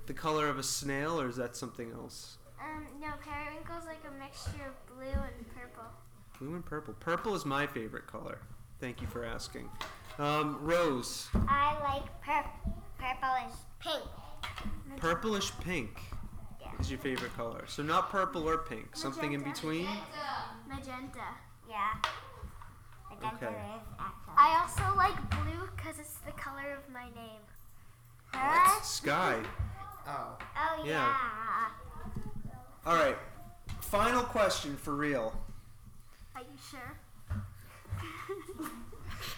S3: the color of a snail, or is that something else?
S8: um, no, periwinkle's like a mixture of blue and purple.
S3: Blue and purple. Purple is my favorite color. Thank you for asking. Um, Rose,
S6: I like purp- purple and pink.
S3: purplish pink is your favorite color. So not purple or pink, something in between.
S8: Magenta.
S6: Yeah. Magenta
S3: Okay.
S6: is excellent.
S8: I also like blue because it's the color of my name.
S6: Huh?
S3: Sky.
S4: Oh,
S6: Oh
S3: Yeah.
S6: yeah.
S3: All right. Final question for real.
S8: Are you sure?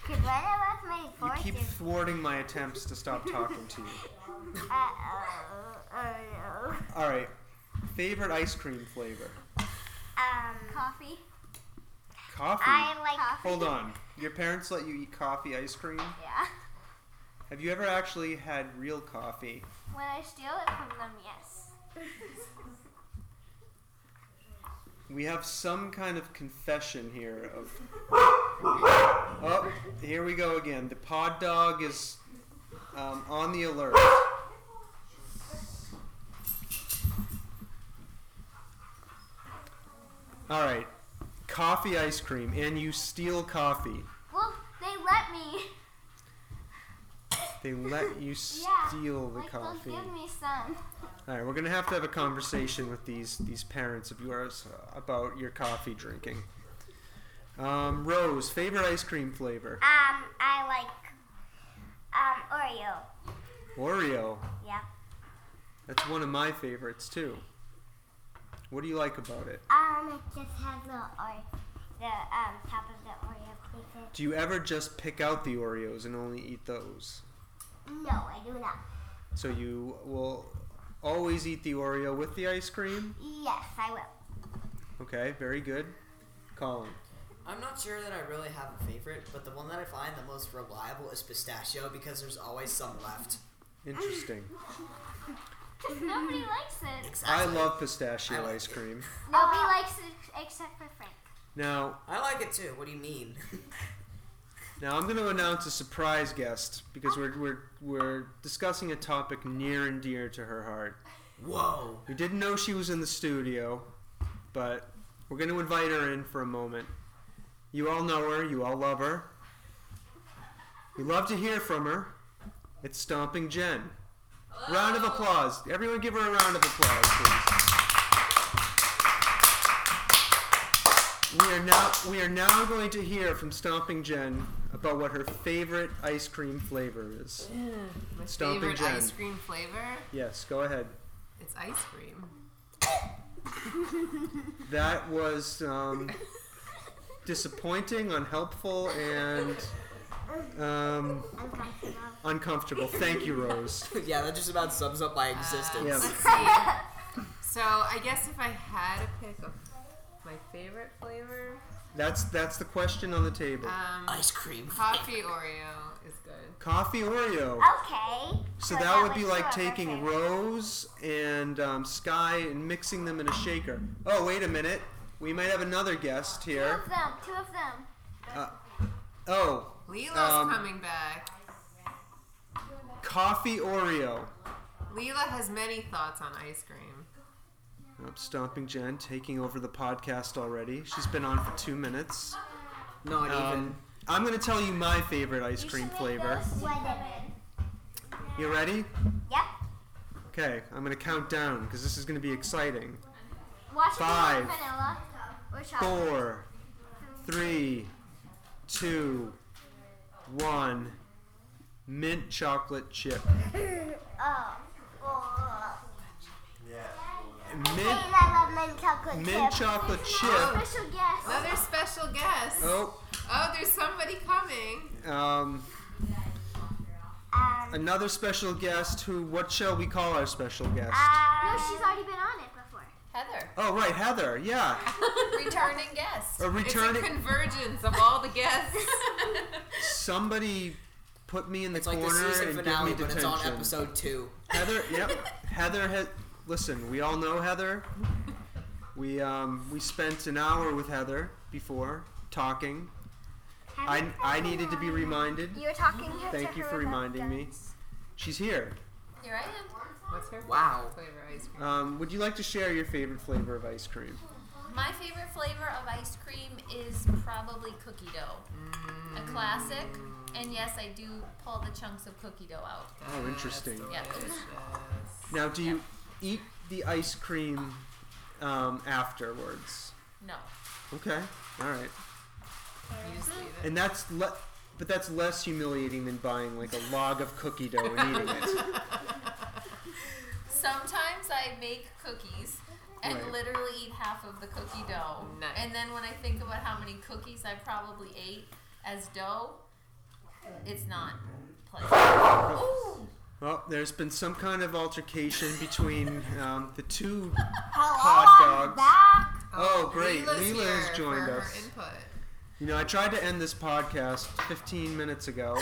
S6: Could one of us make
S3: You
S6: fortune?
S3: keep thwarting my attempts to stop talking to you.
S6: Uh oh. Oh no.
S3: All right. Favorite ice cream flavor?
S6: Um.
S8: Coffee.
S3: Coffee.
S6: I like.
S3: Hold on. Your parents let you eat coffee ice cream?
S8: Yeah.
S3: Have you ever actually had real coffee?
S8: When I steal it from them, yes.
S3: We have some kind of confession here of. Oh, here we go again. The pod dog is um, on the alert. All right, coffee ice cream, and you steal coffee.
S8: Well, they let me.
S3: They let you
S8: Yeah,
S3: steal the
S8: like
S3: coffee.
S8: they'll give me some.
S3: All right, we're gonna have to have a conversation with these these parents of yours uh, about your coffee drinking. Um, Rose, favorite ice cream flavor?
S6: Um. I like. Um. Oreo.
S3: Oreo.
S6: Yeah.
S3: That's one of my favorites too. What do you like about it?
S6: Um. It just has the or the um top of the Oreo pieces.
S3: Do you ever just pick out the Oreos and only eat those?
S6: No, I do not.
S3: So you will always eat the Oreo with the ice cream?
S6: Yes, I will.
S3: Okay, very good. Colin.
S4: I'm not sure that I really have a favorite, but the one that I find the most reliable is pistachio because there's always some left.
S3: Interesting.
S8: Nobody likes it.
S3: I
S4: Exactly.
S3: love pistachio
S4: I like
S3: ice
S4: it.
S3: cream.
S6: Uh,
S8: Nobody likes it except for Frank.
S3: Now,
S4: I like it too. What do you mean?
S3: Now I'm going to announce a surprise guest because we're, we're, we're discussing a topic near and dear to her heart.
S4: Whoa.
S3: We didn't know she was in the studio, but we're going to invite her in for a moment. You all know her, you all love her. We love to hear from her. It's Stomping Jen. Round of applause. Everyone give her a round of applause, please. We are now we are now going to hear from Stomping Jen about what her favorite ice cream flavor is.
S9: My
S3: Stomping
S9: favorite
S3: Jen.
S9: ice cream flavor?
S3: Yes, go ahead.
S9: It's ice cream.
S3: That was um, disappointing, unhelpful, and um, uncomfortable. Thank you, Rose.
S4: yeah, that just about sums up
S3: Uh,
S4: my existence.
S3: Yeah.
S9: Let's see. So I guess if I had to pick a, my favorite flavor,
S3: That's that's the question on the table.
S7: Uh,
S9: um,
S4: Ice cream.
S9: coffee Oreo is good.
S3: Coffee Oreo.
S8: Oh,
S6: Okay.
S3: So that would be
S6: was
S3: like
S6: your
S3: taking
S6: favorite.
S3: Rose and um, Sky and mixing them in a shaker. Oh, wait a minute. We might have another guest
S8: Two
S3: here.
S8: of them. Two of them.
S3: Oh,
S9: Lilo's
S3: Um,
S9: coming back.
S3: Coffee Oreo.
S9: Lila has many thoughts on ice cream.
S3: Up, Stomping Jen taking over the podcast already. She's been on for two minutes.
S4: Not even.
S3: Um, I'm going to tell you my favorite ice cream flavor. You ready?
S6: Yep.
S3: Okay, I'm going to count down because this is going to be exciting.
S8: Watch it
S3: Five.
S8: be like vanilla or chocolate.
S3: Four, three, two, one. Mint chocolate chip.
S6: Oh. Oh.
S3: Mint,
S6: And I love mint chocolate
S3: mint
S6: chip.
S3: chocolate chip.
S8: Special guest.
S9: Another special guest.
S3: Oh,
S9: Oh, there's somebody coming.
S3: um,
S6: Um,
S3: another special guest who, what shall we call our special guest?
S8: No,
S6: um,
S8: she's already been on it before.
S9: Heather,
S3: Oh, right, Heather, yeah.
S9: returning guest.
S3: A returning.
S9: It's a convergence of all the guests.
S3: Somebody put me in the
S4: it's like
S3: corner
S4: the season
S3: and
S4: finale,
S3: give me
S4: but it's
S3: detention.
S4: on episode two.
S3: Heather, yep. Heather, ha- listen, we all know Heather. We um, we spent an hour with Heather before talking. I, I needed to be reminded.
S8: You were talking to
S3: Thank you
S8: her
S3: for
S8: about
S3: reminding me.
S8: guns.
S3: She's here.
S9: Here I am. What's your
S4: Wow.
S9: flavor ice cream?
S3: Um, would you like to share your favorite flavor of ice cream?
S10: My favorite flavor of ice cream is probably cookie dough.
S9: Mm.
S10: A classic. And yes, I do pull the chunks of cookie dough out.
S3: Oh, interesting.
S10: Yeah.
S3: Now, do you eat the ice cream um, afterwards?
S10: No.
S3: Okay. All right.
S9: You just leave it.
S3: And that's le- but that's less humiliating than buying like a log of cookie dough and eating it.
S10: Sometimes I make cookies and
S3: Right.
S10: literally eat half of the cookie dough.
S9: Nice.
S10: And then when I think about how many cookies I probably ate as dough, it's not pleasant.
S3: Well, there's been some kind of altercation between um, the two pod
S6: hello, I'm
S3: dogs.
S6: back.
S3: Oh, great!
S9: Lila's
S3: Lila
S9: here
S3: has joined
S9: for
S3: us.
S9: Her input.
S3: You know, I tried to end this podcast 15 minutes ago.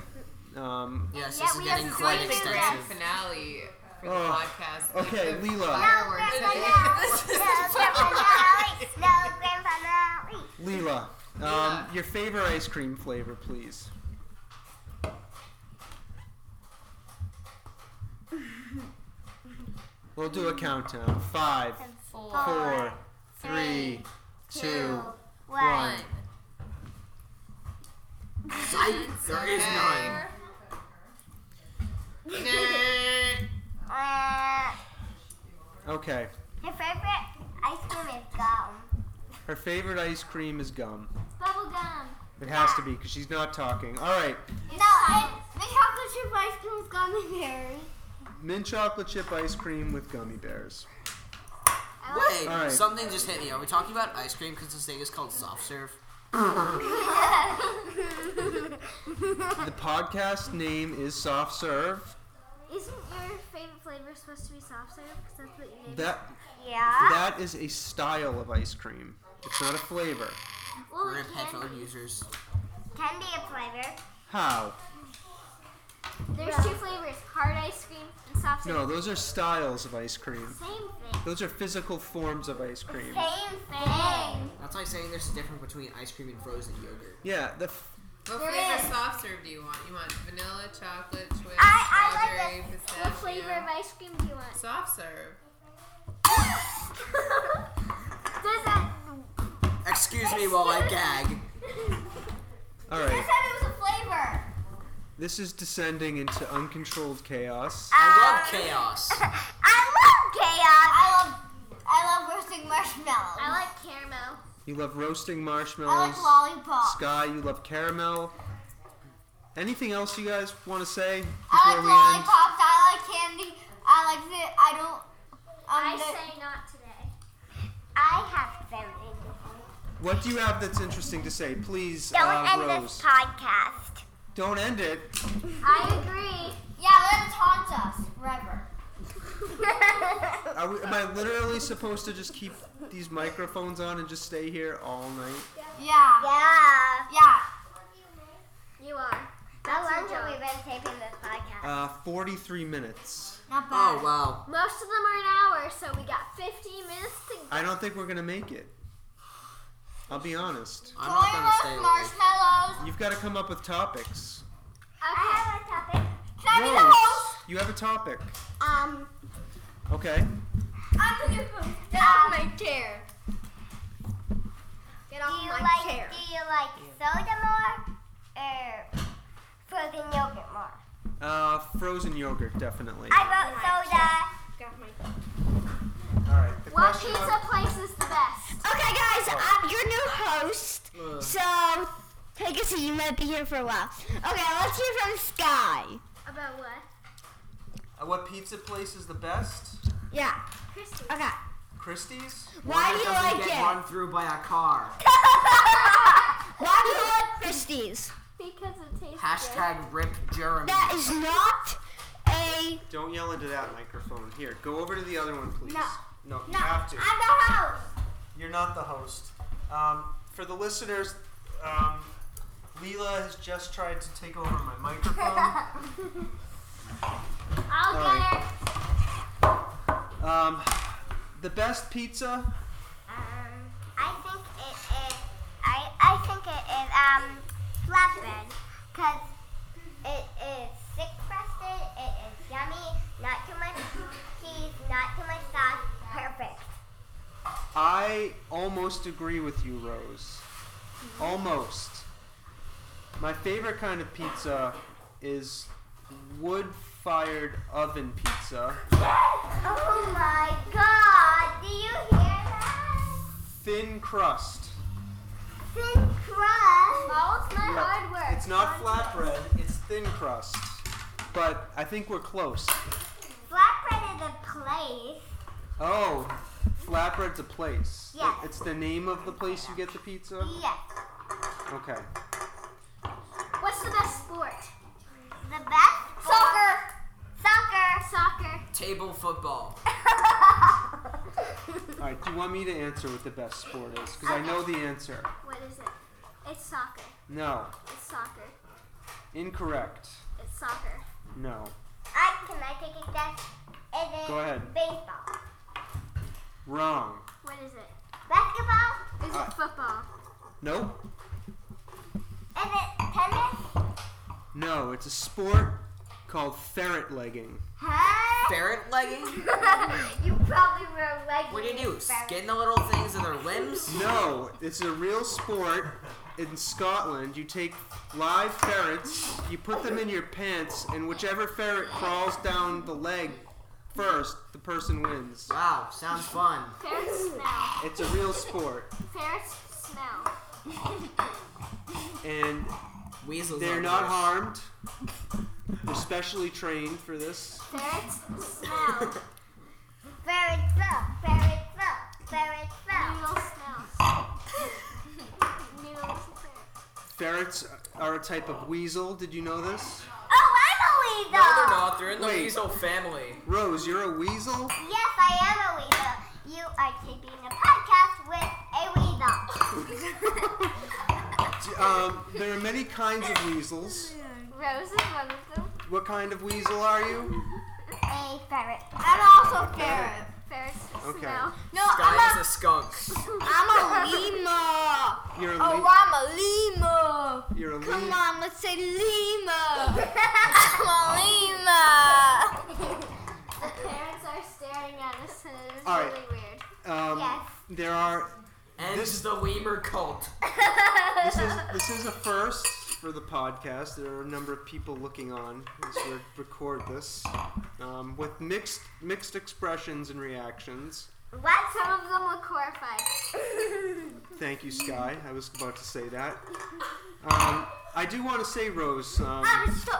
S3: Um,
S4: Yes,
S8: Yeah,
S4: this
S8: we
S4: is
S8: have
S4: getting
S8: to
S4: quite
S8: do
S9: the grand
S4: extensive.
S9: finale for the
S3: Oh.
S9: podcast. Like
S3: Okay,
S9: the
S3: Lila.
S6: Oh,
S9: fireworks
S6: No,
S9: at the
S6: Grandma,
S9: end. This is the
S6: No grand finale. No grand finale.
S3: Leela, um,
S9: Leela.
S3: your favorite ice cream flavor, please. We'll do a countdown. Five,
S10: Four.
S3: four, three, two, one.
S10: One.
S4: There is none.
S6: Uh,
S3: Okay.
S6: your favorite ice cream is gum.
S3: Her favorite ice cream is gum.
S8: Bubble gum.
S3: It has to be because she's not talking. All right.
S6: No, and the chocolate chip ice cream is gummy berry.
S3: Mint chocolate chip ice cream with gummy bears.
S4: Wait,
S3: All right.
S4: something just hit me. Are we talking about ice cream? Because this thing is called soft serve.
S3: The podcast name is Soft Serve.
S8: Isn't your favorite flavor supposed to be soft serve? Because that's what you made.
S3: That
S6: Yeah.
S3: that is a style of ice cream. It's not a flavor.
S8: well,
S4: We're
S8: it
S4: in
S8: can.
S4: headphone users.
S6: Candy a flavor.
S3: How?
S8: There's two flavors: hard ice cream and soft serve.
S3: No, those are styles of ice cream.
S8: Same thing.
S3: Those are physical forms of ice cream.
S6: Same thing.
S4: That's like saying there's a difference between ice cream and frozen yogurt.
S3: Yeah, the f-
S9: What
S6: There
S9: flavor
S6: is.
S9: soft serve do you want? You want vanilla, chocolate, twist,
S6: I- I
S9: strawberry,
S6: like
S9: pistachio?
S8: What flavor of ice cream do you want?
S9: Soft serve.
S8: Does that?
S4: Excuse me while I gag.
S3: all right.
S6: said it was a flavor.
S3: This is descending into uncontrolled chaos.
S6: Ah,
S4: I love chaos.
S6: I love chaos. I love I love roasting marshmallows.
S8: I like caramel.
S3: You love roasting
S6: I
S3: marshmallows.
S6: like lollipops.
S3: Sky, you love caramel. Anything else you guys want to say before
S6: I like
S3: we end?
S6: lollipops. I like candy. I like the I don't
S8: I say not today.
S6: I have something.
S3: What do you have that's interesting to say? Please,
S6: Don't
S3: uh,
S6: end
S3: Rose.
S6: this podcast.
S3: Don't end it.
S8: I agree.
S5: Yeah, let it haunt us forever.
S3: Are we, am I literally supposed to just keep these microphones on and just stay here all night?
S5: Yeah.
S6: Yeah.
S5: Yeah.
S8: You are.
S6: How
S8: That's your
S6: long have we
S8: job.
S6: been taping this podcast?
S3: Uh, 43 minutes.
S5: Not
S9: Oh wow.
S8: Most of them are an hour, so we got 15 minutes to go.
S3: I don't think we're gonna make it. I'll be honest.
S9: I'm not gonna stay late.
S5: marshmallows.
S3: You've got to come up with topics.
S6: I have a topic.
S5: Can I be the
S3: Rose,
S5: host?
S3: you have a topic.
S5: Um.
S3: Okay.
S5: I'm the food.
S6: Um,
S8: my chair. Get
S6: Do you like do you like soda more or frozen yogurt more?
S3: Uh, frozen yogurt, definitely.
S6: I vote soda.
S3: All right. The
S8: What
S3: question
S8: pizza place is the best?
S5: Okay, guys,
S9: Oh.
S5: I'm your new host.
S9: Uh.
S5: So take a seat. You might be here for a while. Okay, let's hear from Sky.
S8: About what?
S3: uh, what pizza place is the best?
S5: Yeah.
S8: Christy.
S5: Okay.
S3: Christie's.
S5: Why do you like
S9: Get
S5: it?
S9: run through by a car.
S5: Why do you like Christie's?
S8: Because it tastes
S9: Hashtag rip Jeremy.
S5: That is not a.
S3: Don't yell into that microphone. Here, go over to the other one, please.
S5: No.
S3: No, you have to.
S5: I'm the host.
S3: You're not the host. Um, for the listeners, um, Leela has just tried to take over my microphone.
S8: good. I'll
S3: All
S8: get
S3: right.
S8: her.
S3: um, the best pizza?
S6: Um, I think it is. I I think it is um flatbread because it is thick crusted. It is yummy. Not too much cheese. Not too much sauce. Perfect.
S3: I almost agree with you, Rose. Almost. My favorite kind of pizza is wood-fired oven pizza.
S6: Oh my God! Do you hear that?
S3: Thin crust.
S6: Thin crust.
S8: All's my
S3: Yeah.
S8: hard work.
S3: It's not flatbread, it's thin crust. But I think we're close.
S6: Flatbread is a place.
S3: Oh, flatbread's a place.
S6: Yes.
S3: It's the name of the place you get the pizza?
S6: Yes.
S3: Okay.
S8: What's the best sport?
S6: The best. Soccer. Soccer.
S8: Soccer.
S9: Table football.
S3: Alright, do you want me to answer what the best sport is? Because I know the answer.
S8: What is it? It's soccer.
S3: No.
S8: It's soccer.
S3: Incorrect.
S8: It's soccer.
S3: No.
S6: I can I take a guess? Is it
S3: Go ahead.
S6: baseball?
S3: Wrong.
S8: What is it?
S6: Basketball?
S8: Is
S3: Uh,
S8: it football?
S3: Nope.
S6: Is it tennis?
S3: No, it's a sport called ferret legging.
S6: Huh?
S9: Ferret legging?
S6: you probably were like.
S9: What do you do? Skin the little things in their limbs?
S3: No, it's a real sport in Scotland. You take live ferrets, you put them in your pants, and whichever ferret crawls down the leg first, the person wins.
S9: Wow, sounds fun.
S8: Ferrets smell.
S3: It's a real sport,
S8: Ferrets smell.
S3: and
S9: Weasels.
S3: they're
S9: are
S3: not
S9: gross.
S3: harmed. They're specially trained for this.
S8: Ferrets smell.
S6: Very slow. Very slow. Very slow.
S8: Noodles smell. Noodles and ferrets.
S3: Ferrets are a type of weasel. Did you know this?
S6: Oh, I'm a weasel.
S9: No, they're not. They're in the
S3: Wait.
S9: weasel family.
S3: Rose, you're a weasel?
S6: Yes, I am a weasel. You are taping a podcast with a weasel.
S3: D- Um, there are many kinds of weasels.
S8: Rose is one of them.
S3: What kind of weasel are you?
S6: a ferret.
S8: I'm also ferret. Ferrets
S3: Okay.
S8: smell.
S5: No,
S9: Guy is a skunk.
S5: I'm a llama.
S3: You're a,
S5: Oh,
S3: le-
S5: I'm a llama.
S3: you're a
S5: Come
S3: le-
S5: on, let's say llama. I'm a llama.
S8: The parents are staring at us and it is
S3: All right.
S8: really weird.
S3: um,
S6: Yes.
S3: there are
S9: And
S3: This-
S9: this is the Weimer cult.
S3: this is this is a first for the podcast. There are a number of people looking on as we record this, um, with mixed mixed expressions and reactions.
S8: What? Some of them look horrified.
S3: Thank you, Sky. I was about to say that. Um, I do want to say, Rose. Um,
S5: Ah, I'm so.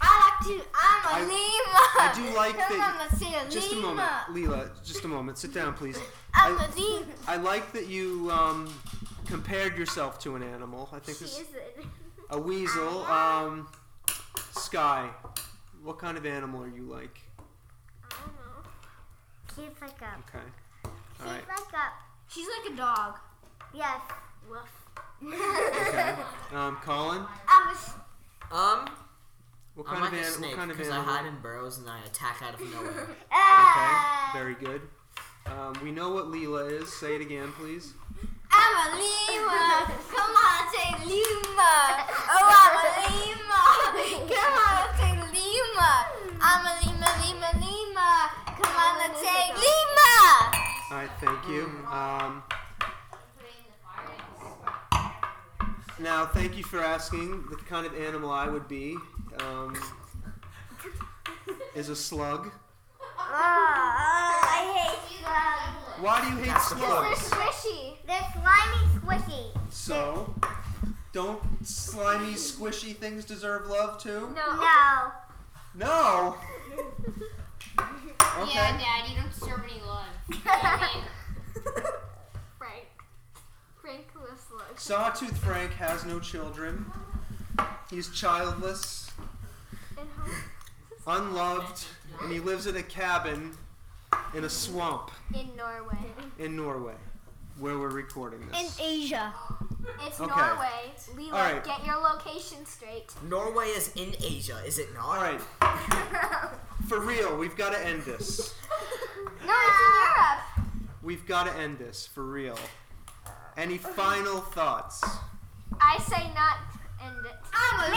S5: I like to. I'm a
S3: I-
S5: llama.
S3: I I do like
S8: No,
S3: that.
S8: Mama, say a
S3: just a moment, Leela. Just a moment. Sit down, please.
S8: I'm
S3: I-
S8: a zebra.
S3: I like that you um, compared yourself to an animal. I think
S8: She
S3: this
S8: isn't.
S3: a weasel. Um, Sky, what kind of animal are you like?
S8: She's like a.
S3: Okay.
S8: She's
S3: All right.
S8: like a.
S7: She's like a dog.
S8: Yes. Woof.
S3: Okay. Um, Colin,
S8: I'm a. s-
S4: Um,
S3: what
S4: I'm
S3: kind of
S4: like a
S3: animal?
S4: snake
S3: What kind of
S4: because I
S3: animal?
S4: hide in burrows and I attack out of nowhere.
S8: uh,
S3: Okay. Very good. Um, we know what Leela is. Say it again, please.
S10: I'm a lemur. Come on, say lemur. Oh, I'm a lemur. Come on, say lemur. I'm a lemur, lemur, lemur. Come on, let's say lemur.
S3: All right. Thank you. Um, now, thank you for asking. The kind of animal I would be um, is a slug.
S8: Oh, I hate slugs.
S3: Why do you hate slugs?
S8: squishy. They're slimy squishy.
S3: So, don't slimy, squishy things deserve love too?
S8: No.
S3: No. Okay.
S7: Yeah, Dad, you don't deserve any love. I mean,
S8: Frank. Frank was slug.
S3: Sawtooth Frank has no children. He's childless, unloved, and he lives in a cabin in a swamp
S8: In Norway.
S3: in Norway, where we're recording
S5: In
S3: this.
S5: Asia.
S8: It's
S3: Okay.
S8: Norway. Leela,
S3: All right.
S8: get your location straight.
S4: Norway is in Asia, is it not?
S3: All right. For real, we've got to end this.
S8: No, it's in Europe.
S3: We've got to end this. For real. Any final thoughts?
S8: I say not end it. I'm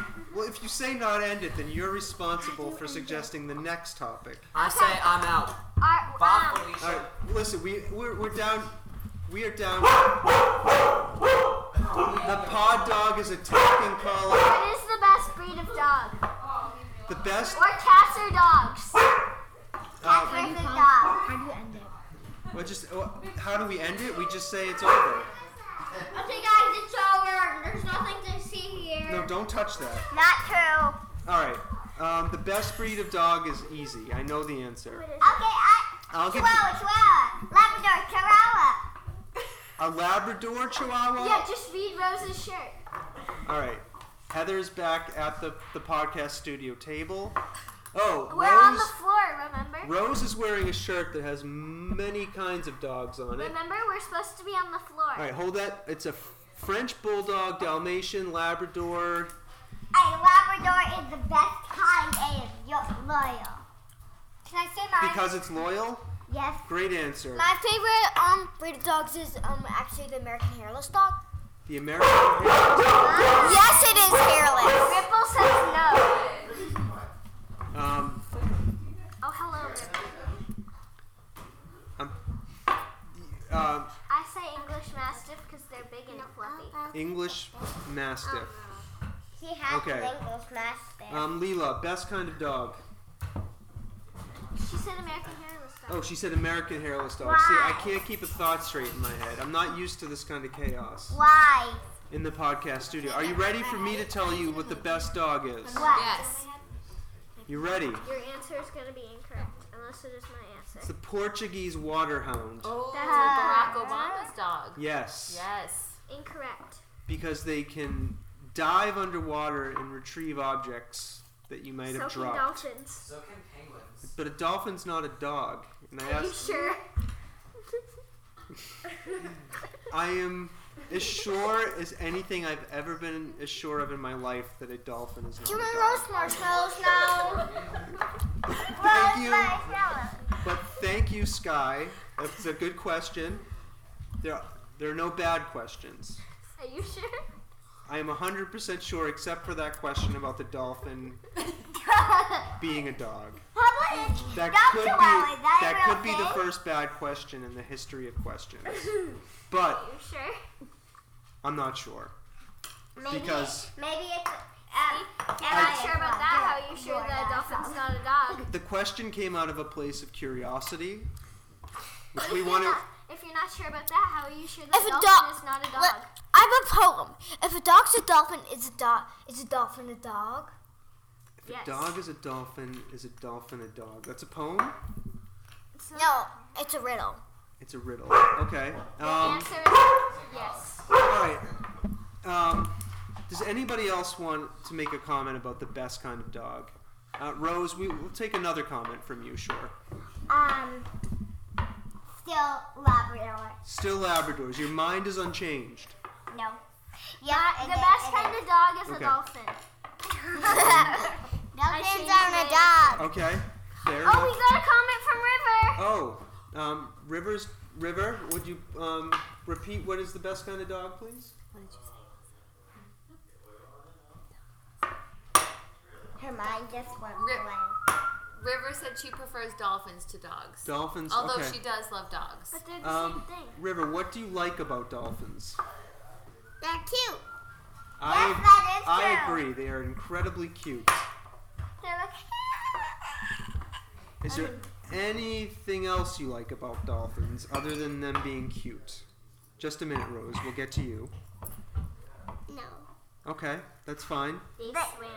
S8: a
S3: Well, if you say not end it, then you're responsible for suggesting the next topic.
S4: I say I'm out.
S8: Our,
S4: Bye,
S8: um,
S3: All
S4: Felicia.
S3: right, listen, we we're, we're down. We are down. The pod dog is attacking Colin.
S8: what is the best breed of dog?
S3: The best.
S8: Or cats or dogs? Cats
S3: Uh,
S8: versus dogs.
S5: How do you end it?
S3: well, just uh, how do we end it? We just say it's over.
S6: Okay, guys, it's over. There's nothing to see here.
S3: No, don't touch that.
S8: Not true.
S3: All right. Um, the best breed of dog is easy. I know the answer.
S6: Okay, I.
S3: I'll give you
S6: Chihuahua, Chihuahua, Labrador, Chihuahua.
S3: a Labrador Chihuahua.
S8: Yeah, just read Rose's shirt.
S3: All right. Heather's back at the, the podcast studio table. Oh,
S8: We're
S3: Rose.
S8: on the floor, remember?
S3: Rose is wearing a shirt that has many kinds of dogs on it.
S8: Remember, we're supposed to be on the floor.
S3: All right, hold that. It's a French bulldog, Dalmatian, Labrador.
S6: A Labrador is the best kind and is yo- loyal. Can I say mine?
S3: Because it's loyal.
S6: yes.
S3: Great answer.
S6: My favorite um breed of dogs is um actually the American hairless dog.
S3: The American. Heritage-
S6: Yes, it is hairless.
S8: Ripple says no.
S3: Um,
S8: Oh, hello, Ripple.
S3: um, uh,
S8: I say English Mastiff because they're big and fluffy.
S3: Uh-huh. English
S8: Um,
S3: Mastiff.
S6: She has
S3: Okay.
S6: English mastiff.
S3: Um, Leela, best kind of dog.
S8: She said American hairless dog.
S3: Oh, she said American hairless dog. See, I can't keep a thought straight in my head. I'm not used to this kind of chaos
S6: Why?
S3: in the podcast studio. Are you ready for me to tell you what the best dog is?
S6: What?
S9: Yes.
S3: You ready?
S8: Your answer is going to be incorrect unless it is my answer.
S3: It's the Portuguese waterhound.
S9: Oh,
S8: Barack
S9: Barack Obama's dog.
S3: Yes.
S9: Yes.
S8: Incorrect.
S3: Because they can dive underwater and retrieve objects that you might have
S8: Soaking
S3: dropped.
S8: dolphins.
S4: So can penguins.
S3: But a dolphin's not a dog. And I
S8: Are you
S3: asked,
S8: sure?
S3: I am as sure as anything I've ever been as sure of in my life that a dolphin is not a dog.
S6: marshmallows now?
S3: Thank you. But thank you, Sky. That's a good question. There, there are no bad questions.
S8: Are you sure?
S3: I am 100% sure, except for that question about the dolphin being a dog.
S6: How about
S3: That
S6: Not
S3: could be
S6: Chihuahua, is that a
S3: that
S6: real
S3: could be the
S6: thing?
S3: first bad question in the history of questions. But
S8: You sure?
S3: I'm not sure
S6: Maybe,
S3: because
S6: maybe it's. Um,
S8: I'm not sure about that. How are you sure that a dolphin's not a dog?
S3: the question came out of a place of curiosity, which we want to.
S8: If you're not sure about that, how are you sure that
S5: If a
S8: dolphin
S5: dog-
S8: is not a dog?
S5: Look, I have a poem. If a dog's a dolphin, is a dog is a dolphin a dog?
S3: If
S7: Yes.
S3: a dog is a dolphin, is a dolphin a dog? That's a poem?
S5: No, it's a riddle.
S3: It's a riddle. Okay. Um,
S8: Answer is yes.
S3: all right. Um, does anybody else want to make a comment about the best kind of dog? Uh, Rose, we, we'll take another comment from you, sure.
S6: Um, still Labrador.
S3: Still Labradors. Your mind is unchanged.
S6: No. Yeah,
S8: The best kind of dog is
S3: Okay.
S8: a dolphin.
S6: Dolphins
S8: changed
S6: aren't a
S8: it.
S6: dog.
S3: Okay. Fair
S8: Oh,
S3: enough.
S8: we got a comment from River.
S3: Oh, um, Rivers, River, would you um, repeat what is the best kind of dog, please?
S6: Her mind just went
S9: Rip. River said she prefers dolphins to dogs.
S3: Dolphins.
S9: Although
S3: okay.
S9: she does love dogs.
S8: But they're the
S3: Um,
S8: same thing.
S3: River, what do you like about dolphins?
S6: They're cute.
S3: I
S6: Yes, that is
S3: I
S6: true.
S3: agree. They are incredibly cute.
S6: They're like,
S3: Is there anything else you like about dolphins other than them being cute? Just a minute, Rose. We'll get to you.
S6: no.
S3: Okay, that's fine.
S6: They swim.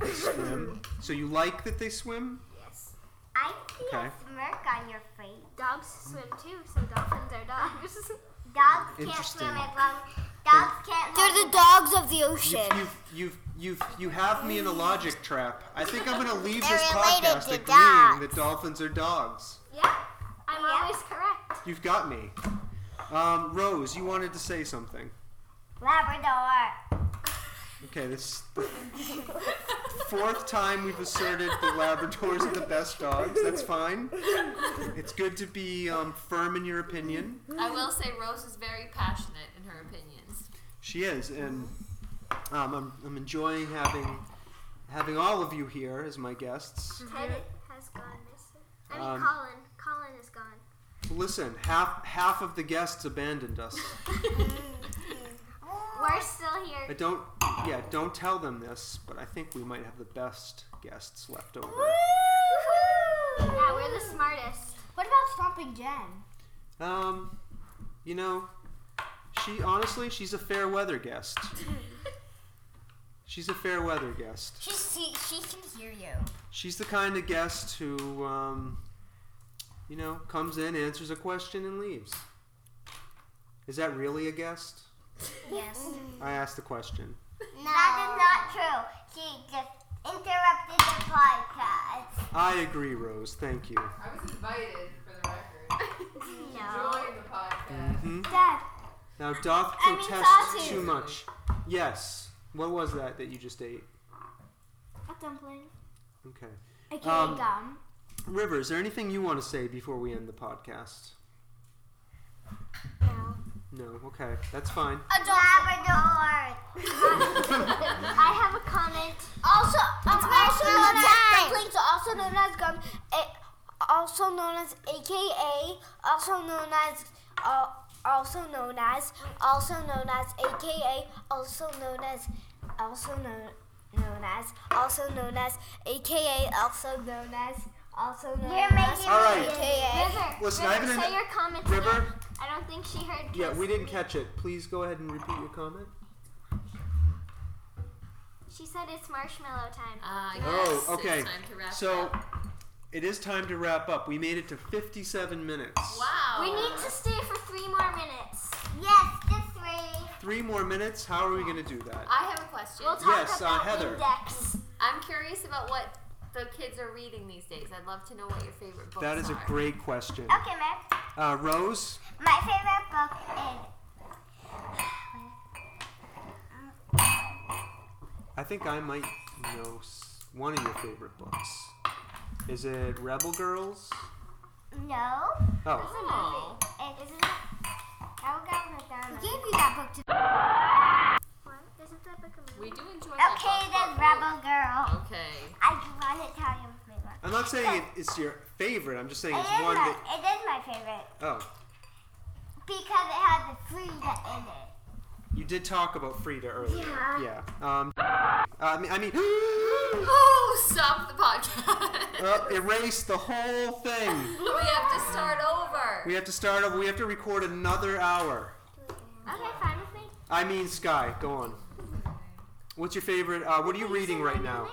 S3: They swim. so you like that they swim?
S6: Yes. I see
S3: Okay.
S6: a smirk on your face.
S8: Dogs swim too, so dolphins are dogs.
S6: Dogs can't
S3: Interesting.
S6: swim as long. Dogs can't.
S5: They're
S6: swim.
S5: the dogs of the
S3: You,
S5: ocean.
S3: you've, you've, you've, you have me in a logic trap. I think I'm going to leave
S5: They're
S3: this
S5: related
S3: podcast
S5: to
S3: agreeing that dolphins are dogs.
S8: yeah, I'm
S6: Yeah.
S8: always correct.
S3: You've got me. Um, Rose, you wanted to say something.
S6: Labrador.
S3: Okay, this is the fourth time we've asserted the Labradors are the best dogs. That's fine. It's good to be um, firm in your opinion.
S9: I will say Rose is very passionate in her opinions.
S3: She is, and um, I'm, I'm enjoying having having all of you here as my guests.
S8: Ted has gone missing. I mean,
S3: Um,
S8: Colin. Colin is gone.
S3: Listen, half half of the guests abandoned us.
S9: Uh,
S8: We're still
S3: I
S8: here.
S3: don't, yeah, don't tell them this, but I think we might have the best guests left over.
S8: Yeah, we're the smartest.
S10: What about stomping Jen?
S3: Um, you know, she honestly, she's a fair weather guest. She's a fair weather guest.
S10: She see, she can hear you.
S3: She's the kind of guest who, um, you know, comes in, answers a question, and leaves. Is that really a guest?
S10: Yes.
S3: I asked the question.
S6: That is not true. She just interrupted the podcast.
S3: I agree, Rose. Thank you.
S9: I was invited for the record.
S6: No.
S9: Join the podcast.
S3: Hmm?
S6: Dad,
S3: Now, doth
S6: I mean,
S3: protest
S6: sausage.
S3: too much. Yes. What was that that you just ate?
S10: A dumpling.
S3: Okay.
S10: A
S3: candy Um,
S10: gum.
S3: River, is there anything you want to say before we end the podcast? No. No. Okay, that's fine.
S6: Labrador.
S8: I have a comment.
S5: Also, um, also
S6: national
S5: known as
S6: time.
S5: dumplings, also known as gum, eh, also known as AKA, also known as, uh, also known as, also known as AKA, also known as, also known known as, also known as AKA, also known as, also known
S6: You're
S5: as
S6: making
S3: All right.
S5: AKA.
S8: River,
S3: Listen, I
S8: River,
S3: haven't-
S8: say your comment.
S3: River?
S8: I don't think she heard.
S3: Yeah, we didn't
S8: Kiss
S3: catch it. Please go ahead and repeat your comment.
S8: Me. She said it's marshmallow time.
S9: Uh, yes,
S3: Oh, okay.
S9: It's time to wrap
S3: So
S9: it up.
S3: it is time to wrap up. We made it to 57 minutes.
S9: wow.
S8: We need to stay for three more minutes.
S6: Yes, the three.
S3: Three more minutes. How are we going to do that?
S9: I have a question.
S8: We'll talk
S3: Yes, uh,
S8: about
S3: Heather.
S8: index.
S9: I'm curious about what the kids are reading these days. I'd love to know what your favorite books
S3: That is a
S9: are.
S3: great question.
S6: Okay, Mary.
S3: Uh, Rose,
S6: My favorite book is
S3: I think I might know s- one of your favorite books. Is it Rebel Girls?
S6: No.
S3: Oh,
S9: Oh.
S6: It isn't. I'll go with them.
S10: Gave you that book to
S8: What? Isn't that book a
S9: We do enjoy that
S6: Okay,
S9: book
S6: then
S9: club.
S6: Rebel Girl.
S9: Okay.
S6: I want to tell you my favorite.
S3: I'm not saying it, it's your favorite. I'm just saying
S6: It
S3: it's
S6: is,
S3: one
S6: my,
S3: that.
S6: it is my favorite
S3: Oh,
S6: because it has the Frida in it.
S3: you did talk about Frida earlier. Yeah. Um, I mean, I mean
S9: Oh, stop the podcast.
S3: uh, erase the whole thing.
S9: we have to start over.
S3: We have to start over. We have to record another hour.
S8: Okay, fine with me.
S3: I mean, Sky, go on. What's your favorite? Uh, what are you reading right now?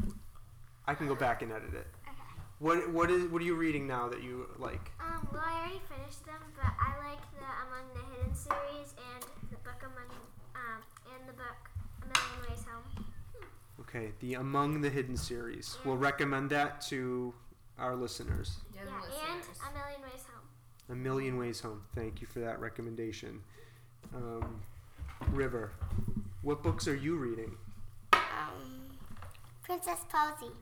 S8: Name.
S3: I can go back and edit it. What what is what are you reading now that you like?
S8: Um, well, I already finished them, but I like the Among the Hidden series and the book Among um, and the book A Million Ways Home.
S3: Okay, the Among the Hidden series. We'll recommend that to our listeners.
S8: Yeah, and A Million Ways Home.
S3: A Million Ways Home. Thank you for that recommendation. Um, River, what books are you reading?
S5: Um, Princess Posy.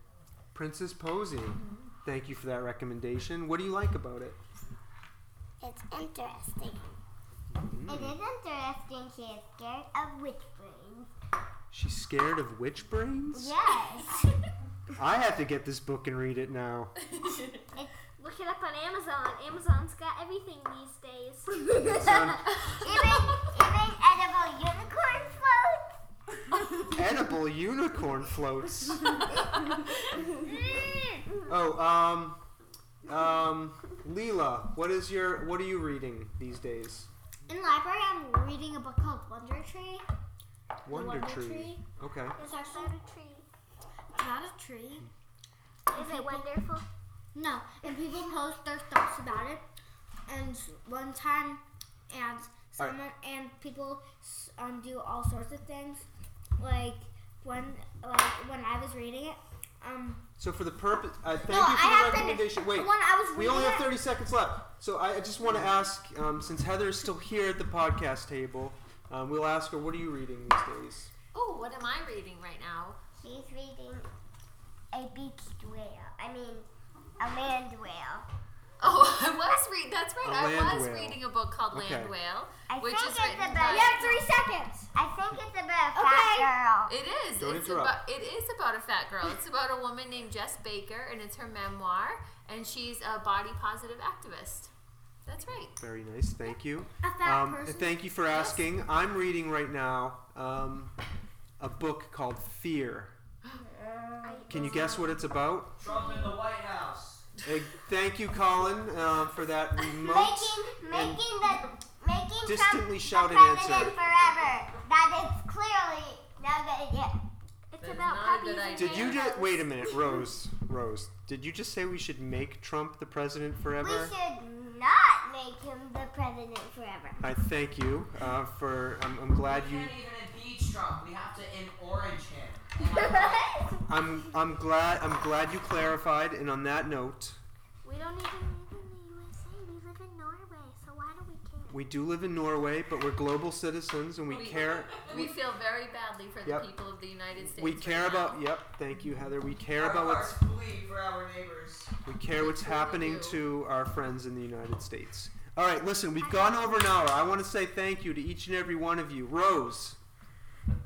S3: Princess Posy. Thank you for that recommendation. What do you like about it?
S5: It's interesting.
S6: It is interesting she is scared of witch brains.
S3: She's scared of witch brains?
S6: Yes.
S3: I have to get this book and read it now.
S8: Look it up on Amazon. Amazon's got everything these days.
S6: even even edible unicorn floats.
S3: Edible unicorn floats.
S8: Mm.
S3: Oh, um, um, Leela, what is your what are you reading these days?
S6: In library, I'm reading a book called Wonder Tree.
S3: Wonder,
S6: Wonder
S3: Tree.
S6: Tree.
S3: Okay.
S6: It's actually not a tree. It's not a tree.
S8: Is it wonderful?
S6: No, and people post their thoughts about it. And one time, and someone and people s- um, do all sorts of things. Like when like when I was reading it, um,
S3: So for the purpose, uh, thank
S6: No,
S3: you for
S6: I have
S3: the
S6: to-
S3: recommendation. Wait,
S6: when I was
S3: we only
S6: reading
S3: have
S6: it-
S3: 30 seconds left. So I, I just want to ask, um, since Heather's still here at the podcast table, um, we'll ask her, what are you reading these days?
S9: Oh, what am I reading right now?
S6: she's reading a beached whale. I mean, a land whale.
S9: Oh, I was reading. That's right.
S6: A
S9: I
S6: land
S9: was
S6: whale.
S9: reading a book called Land
S6: Okay.
S9: Whale,
S6: I
S9: which
S6: think
S9: is
S6: it's
S9: written
S6: about.
S9: by.
S6: three seconds. I think it's about a
S9: Okay.
S6: fat girl.
S9: It is.
S6: Don't
S9: it's about
S6: interrupt.
S9: it is about a fat girl. It's about a woman named Jess Baker and it's her memoir and she's a body positive activist. That's right.
S3: Very nice, thank you.
S9: A fat
S3: um,
S9: person?
S3: Thank you for asking. I'm reading right now um, a book called Fear. Can you guess what it's about?
S11: Trump in the White House.
S3: Eh, thank you, Colin, uh, for that remote
S6: Making,
S3: and
S6: making the, making
S3: distantly
S6: Trump
S3: shouted
S6: the
S3: answer.
S6: president forever. That is clearly not good. Yeah. It's about puppies. and
S3: Did you
S6: rainbows.
S3: just wait a minute, Rose? Rose, did you just say we should make Trump the president
S6: We
S3: forever?
S6: should not make him the president forever.
S3: I thank you uh, for. I'm, I'm glad
S11: We
S3: you.
S11: can't even impeach Trump. We have to in-orange him.
S3: I'm I'm glad I'm glad you clarified. And on that note,
S8: We don't even live in the USA. We live in Norway, so why do we care?
S3: we do live in Norway, but we're global citizens and we care.
S9: We feel very badly for the
S3: Yep.
S9: people of the United States.
S3: We
S9: right
S3: care
S9: now.
S3: about. Yep. Thank you, Heather. We care
S11: Our
S3: about what's
S11: hearts bleed for our neighbors.
S3: We care what's happening to our friends in the United States. All right, listen, we've gone over an hour. I want to say thank you to each and every one of you. Rose,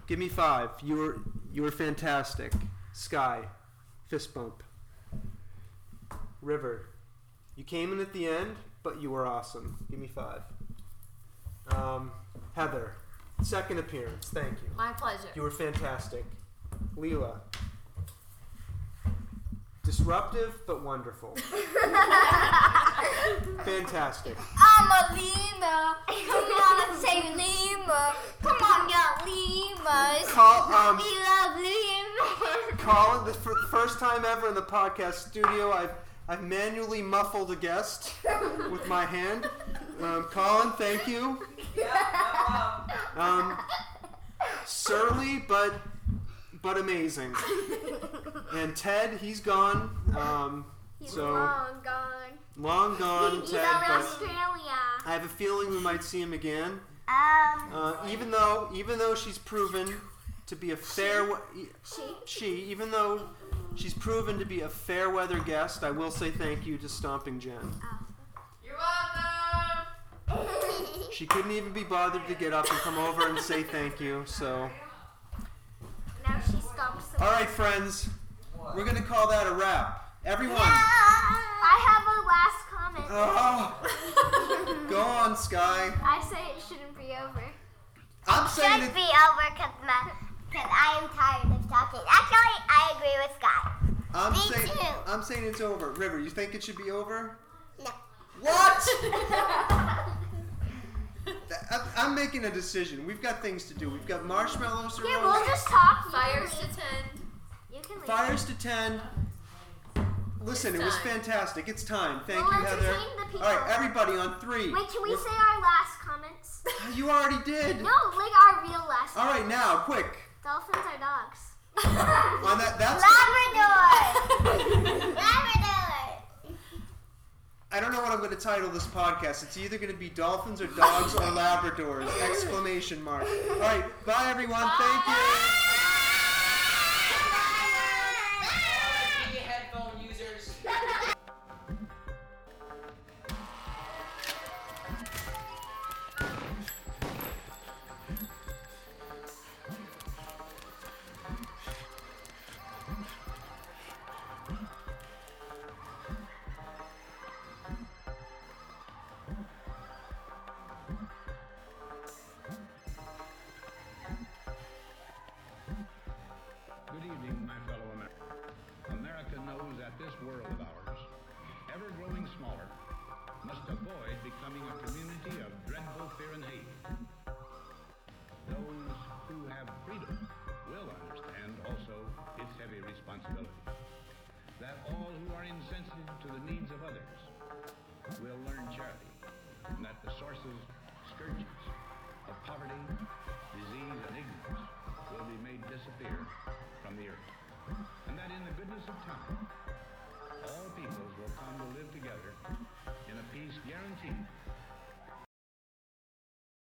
S3: give me five. You were you were fantastic. Sky, fist bump. River, you came in at the end, but you were awesome. Give me five. Um, Heather, second appearance. Thank you.
S9: My pleasure.
S3: You were fantastic. Leela. Disruptive but wonderful. fantastic.
S10: I'm a Lima. Come on and say Lima. Come on, y'all Limas.
S3: Call, um,
S10: we love Lima.
S3: Colin, the f- first time ever in the podcast studio, I've, I've manually muffled a guest with my hand. Um, Colin, thank you. Um, surly but but amazing. And Ted, he's gone. Um, so
S8: gone.
S3: long gone.
S8: He's
S3: Ted,
S8: out in
S3: but-
S8: Australia.
S3: I have a feeling we might see him again.
S6: Um,
S3: Uh, even though, even though she's proven to be a fair, we- e-,
S8: She.
S3: she, even though she's proven to be a fair weather guest, I will say thank you to Stomping Jen.
S9: You're welcome.
S3: She couldn't even be bothered to get up and come over and say thank you. So,
S8: Now she stomps.
S3: all right, friends, we're gonna call that a wrap. Everyone,
S6: Um,
S8: I have a last comment.
S3: Oh. Ah. go on, Sky.
S8: I say it shouldn't be over.
S3: I'm saying
S6: should
S3: it.
S6: be over because I am tired of talking. Actually, I agree with Scott.
S3: I'm
S6: Me
S3: saying.
S6: too.
S3: I'm saying it's over. River, you think it should be over?
S6: No.
S3: What? I, I'm making a decision. We've got things to do. We've got marshmallows to roast,
S9: talk. Fires to tend.
S8: You can
S3: fires to tend, Listen, it was fantastic. It's time. Thank
S8: We'll
S3: you, Heather.
S8: entertain the people.
S3: All right, everybody on three.
S8: Wait, can we
S3: We're-
S8: say our last comments?
S3: You already did.
S8: No, like our real last.
S3: All right,
S8: comments.
S3: now, quick.
S8: Dolphins are dogs.
S3: On that, that's.
S8: Labrador. Labrador.
S3: I don't know what I'm going to title this podcast. It's either going to be dolphins or dogs or Labradors! Exclamation mark! All right, bye everyone. Thank you.
S11: You headphone users.
S12: Good evening, my fellow Americans. America knows that this world of ours, ever growing smaller, must avoid becoming a community of dreadful fear and hate. Those who have freedom will understand also its heavy responsibility. That all who are insensitive to the needs of others will learn charity, and that the sources, scourges of poverty, disease, and ignorance will be made disappear from the earth. And that in the goodness of time, all peoples will